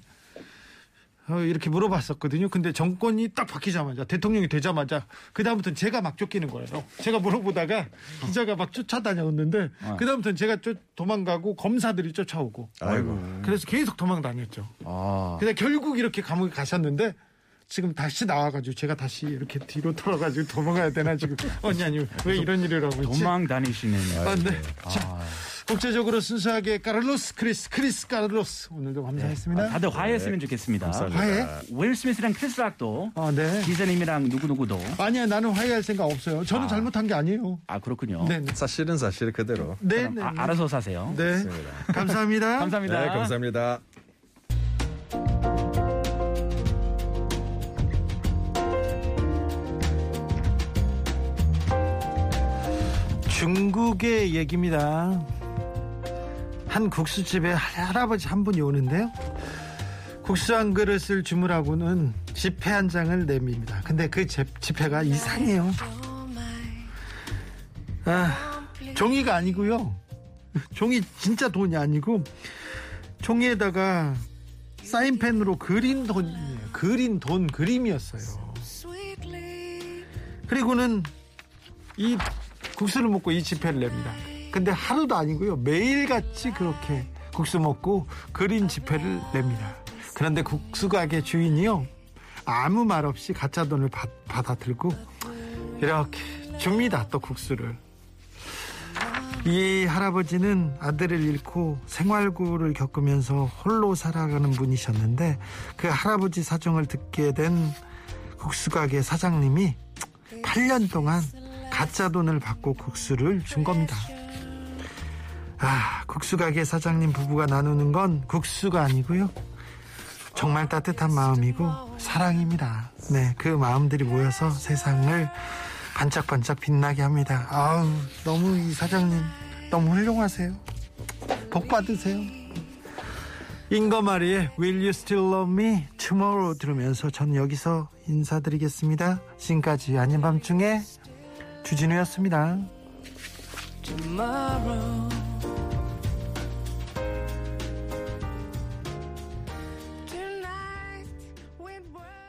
[SPEAKER 4] 어, 이렇게 물어봤었거든요. 근데 정권이 딱 바뀌자마자 대통령이 되자마자 그 다음부터는 제가 막 쫓기는 거예요. 제가 물어보다가 기자가 막 쫓아다녔는데 그 다음부터는 제가 쫓, 도망가고 검사들이 쫓아오고
[SPEAKER 7] 아이고.
[SPEAKER 4] 그래서 계속 도망다녔죠.
[SPEAKER 6] 아,
[SPEAKER 4] 근데 결국 이렇게 감옥에 가셨는데 지금 다시 나와가지고 제가 다시 이렇게 뒤로 돌아가지고 도망가야 되나 지금 언니 아니 왜 이런 일을 하고 있지?
[SPEAKER 6] 도망 다니시는
[SPEAKER 4] 아, 네. 자, 국제적으로 순수하게 카를로스 크리스 크리스 카를로스 오늘도 감사했습니다.
[SPEAKER 6] 다들 화해했으면 좋겠습니다.
[SPEAKER 4] 아, 화해?
[SPEAKER 6] 윌 스미스랑 크리스 락도
[SPEAKER 4] 아 네.
[SPEAKER 6] 기사님이랑 누구누구도
[SPEAKER 4] 아니야 나는 화해할 생각 없어요. 저는 잘못한 게 아니에요.
[SPEAKER 6] 아 그렇군요.
[SPEAKER 4] 네네.
[SPEAKER 7] 사실은 사실 그대로.
[SPEAKER 4] 네,
[SPEAKER 6] 그럼
[SPEAKER 4] 네.
[SPEAKER 6] 아, 알아서 사세요.
[SPEAKER 4] 네. 감사합니다.
[SPEAKER 7] 네,
[SPEAKER 6] 감사합니다.
[SPEAKER 7] 감사합니다.
[SPEAKER 4] 중국의 얘기입니다. 한 국수집에 할아버지 한 분이 오는데요. 국수 한 그릇을 주문하고는 지폐 한 장을 내밉니다. 근데 그 제- 지폐가 이상해요. 아, 종이가 아니고요. 종이 진짜 돈이 아니고 종이에다가 사인펜으로 그린 돈이에요. 그린 돈 그림이었어요. 그리고는 이 국수를 먹고 이 지폐를 냅니다. 근데 하루도 아니고요. 매일같이 그렇게 국수 먹고 그린 지폐를 냅니다. 그런데 국수 가게 주인이요. 아무 말 없이 가짜 돈을 받, 아들고 이렇게 줍니다. 또 국수를. 이 할아버지는 아들을 잃고 생활고를 겪으면서 홀로 살아가는 분이셨는데 그 할아버지 사정을 듣게 된 국수가게 사장님이 8년 동안 가짜 돈을 받고 국수를 준 겁니다. 아, 국수 가게 사장님 부부가 나누는 건 국수가 아니고요. 정말 따뜻한 마음이고 사랑입니다. 네, 그 마음들이 모여서 세상을 반짝반짝 빛나게 합니다. 아우, 너무 이 사장님 너무 훌륭하세요. 복 받으세요. 잉거마리의 Will You Still Love Me Tomorrow 들으면서 저는 여기서 인사드리겠습니다. 지금까지 아닌 밤중에 주진우였습니다.
[SPEAKER 2] Tomorrow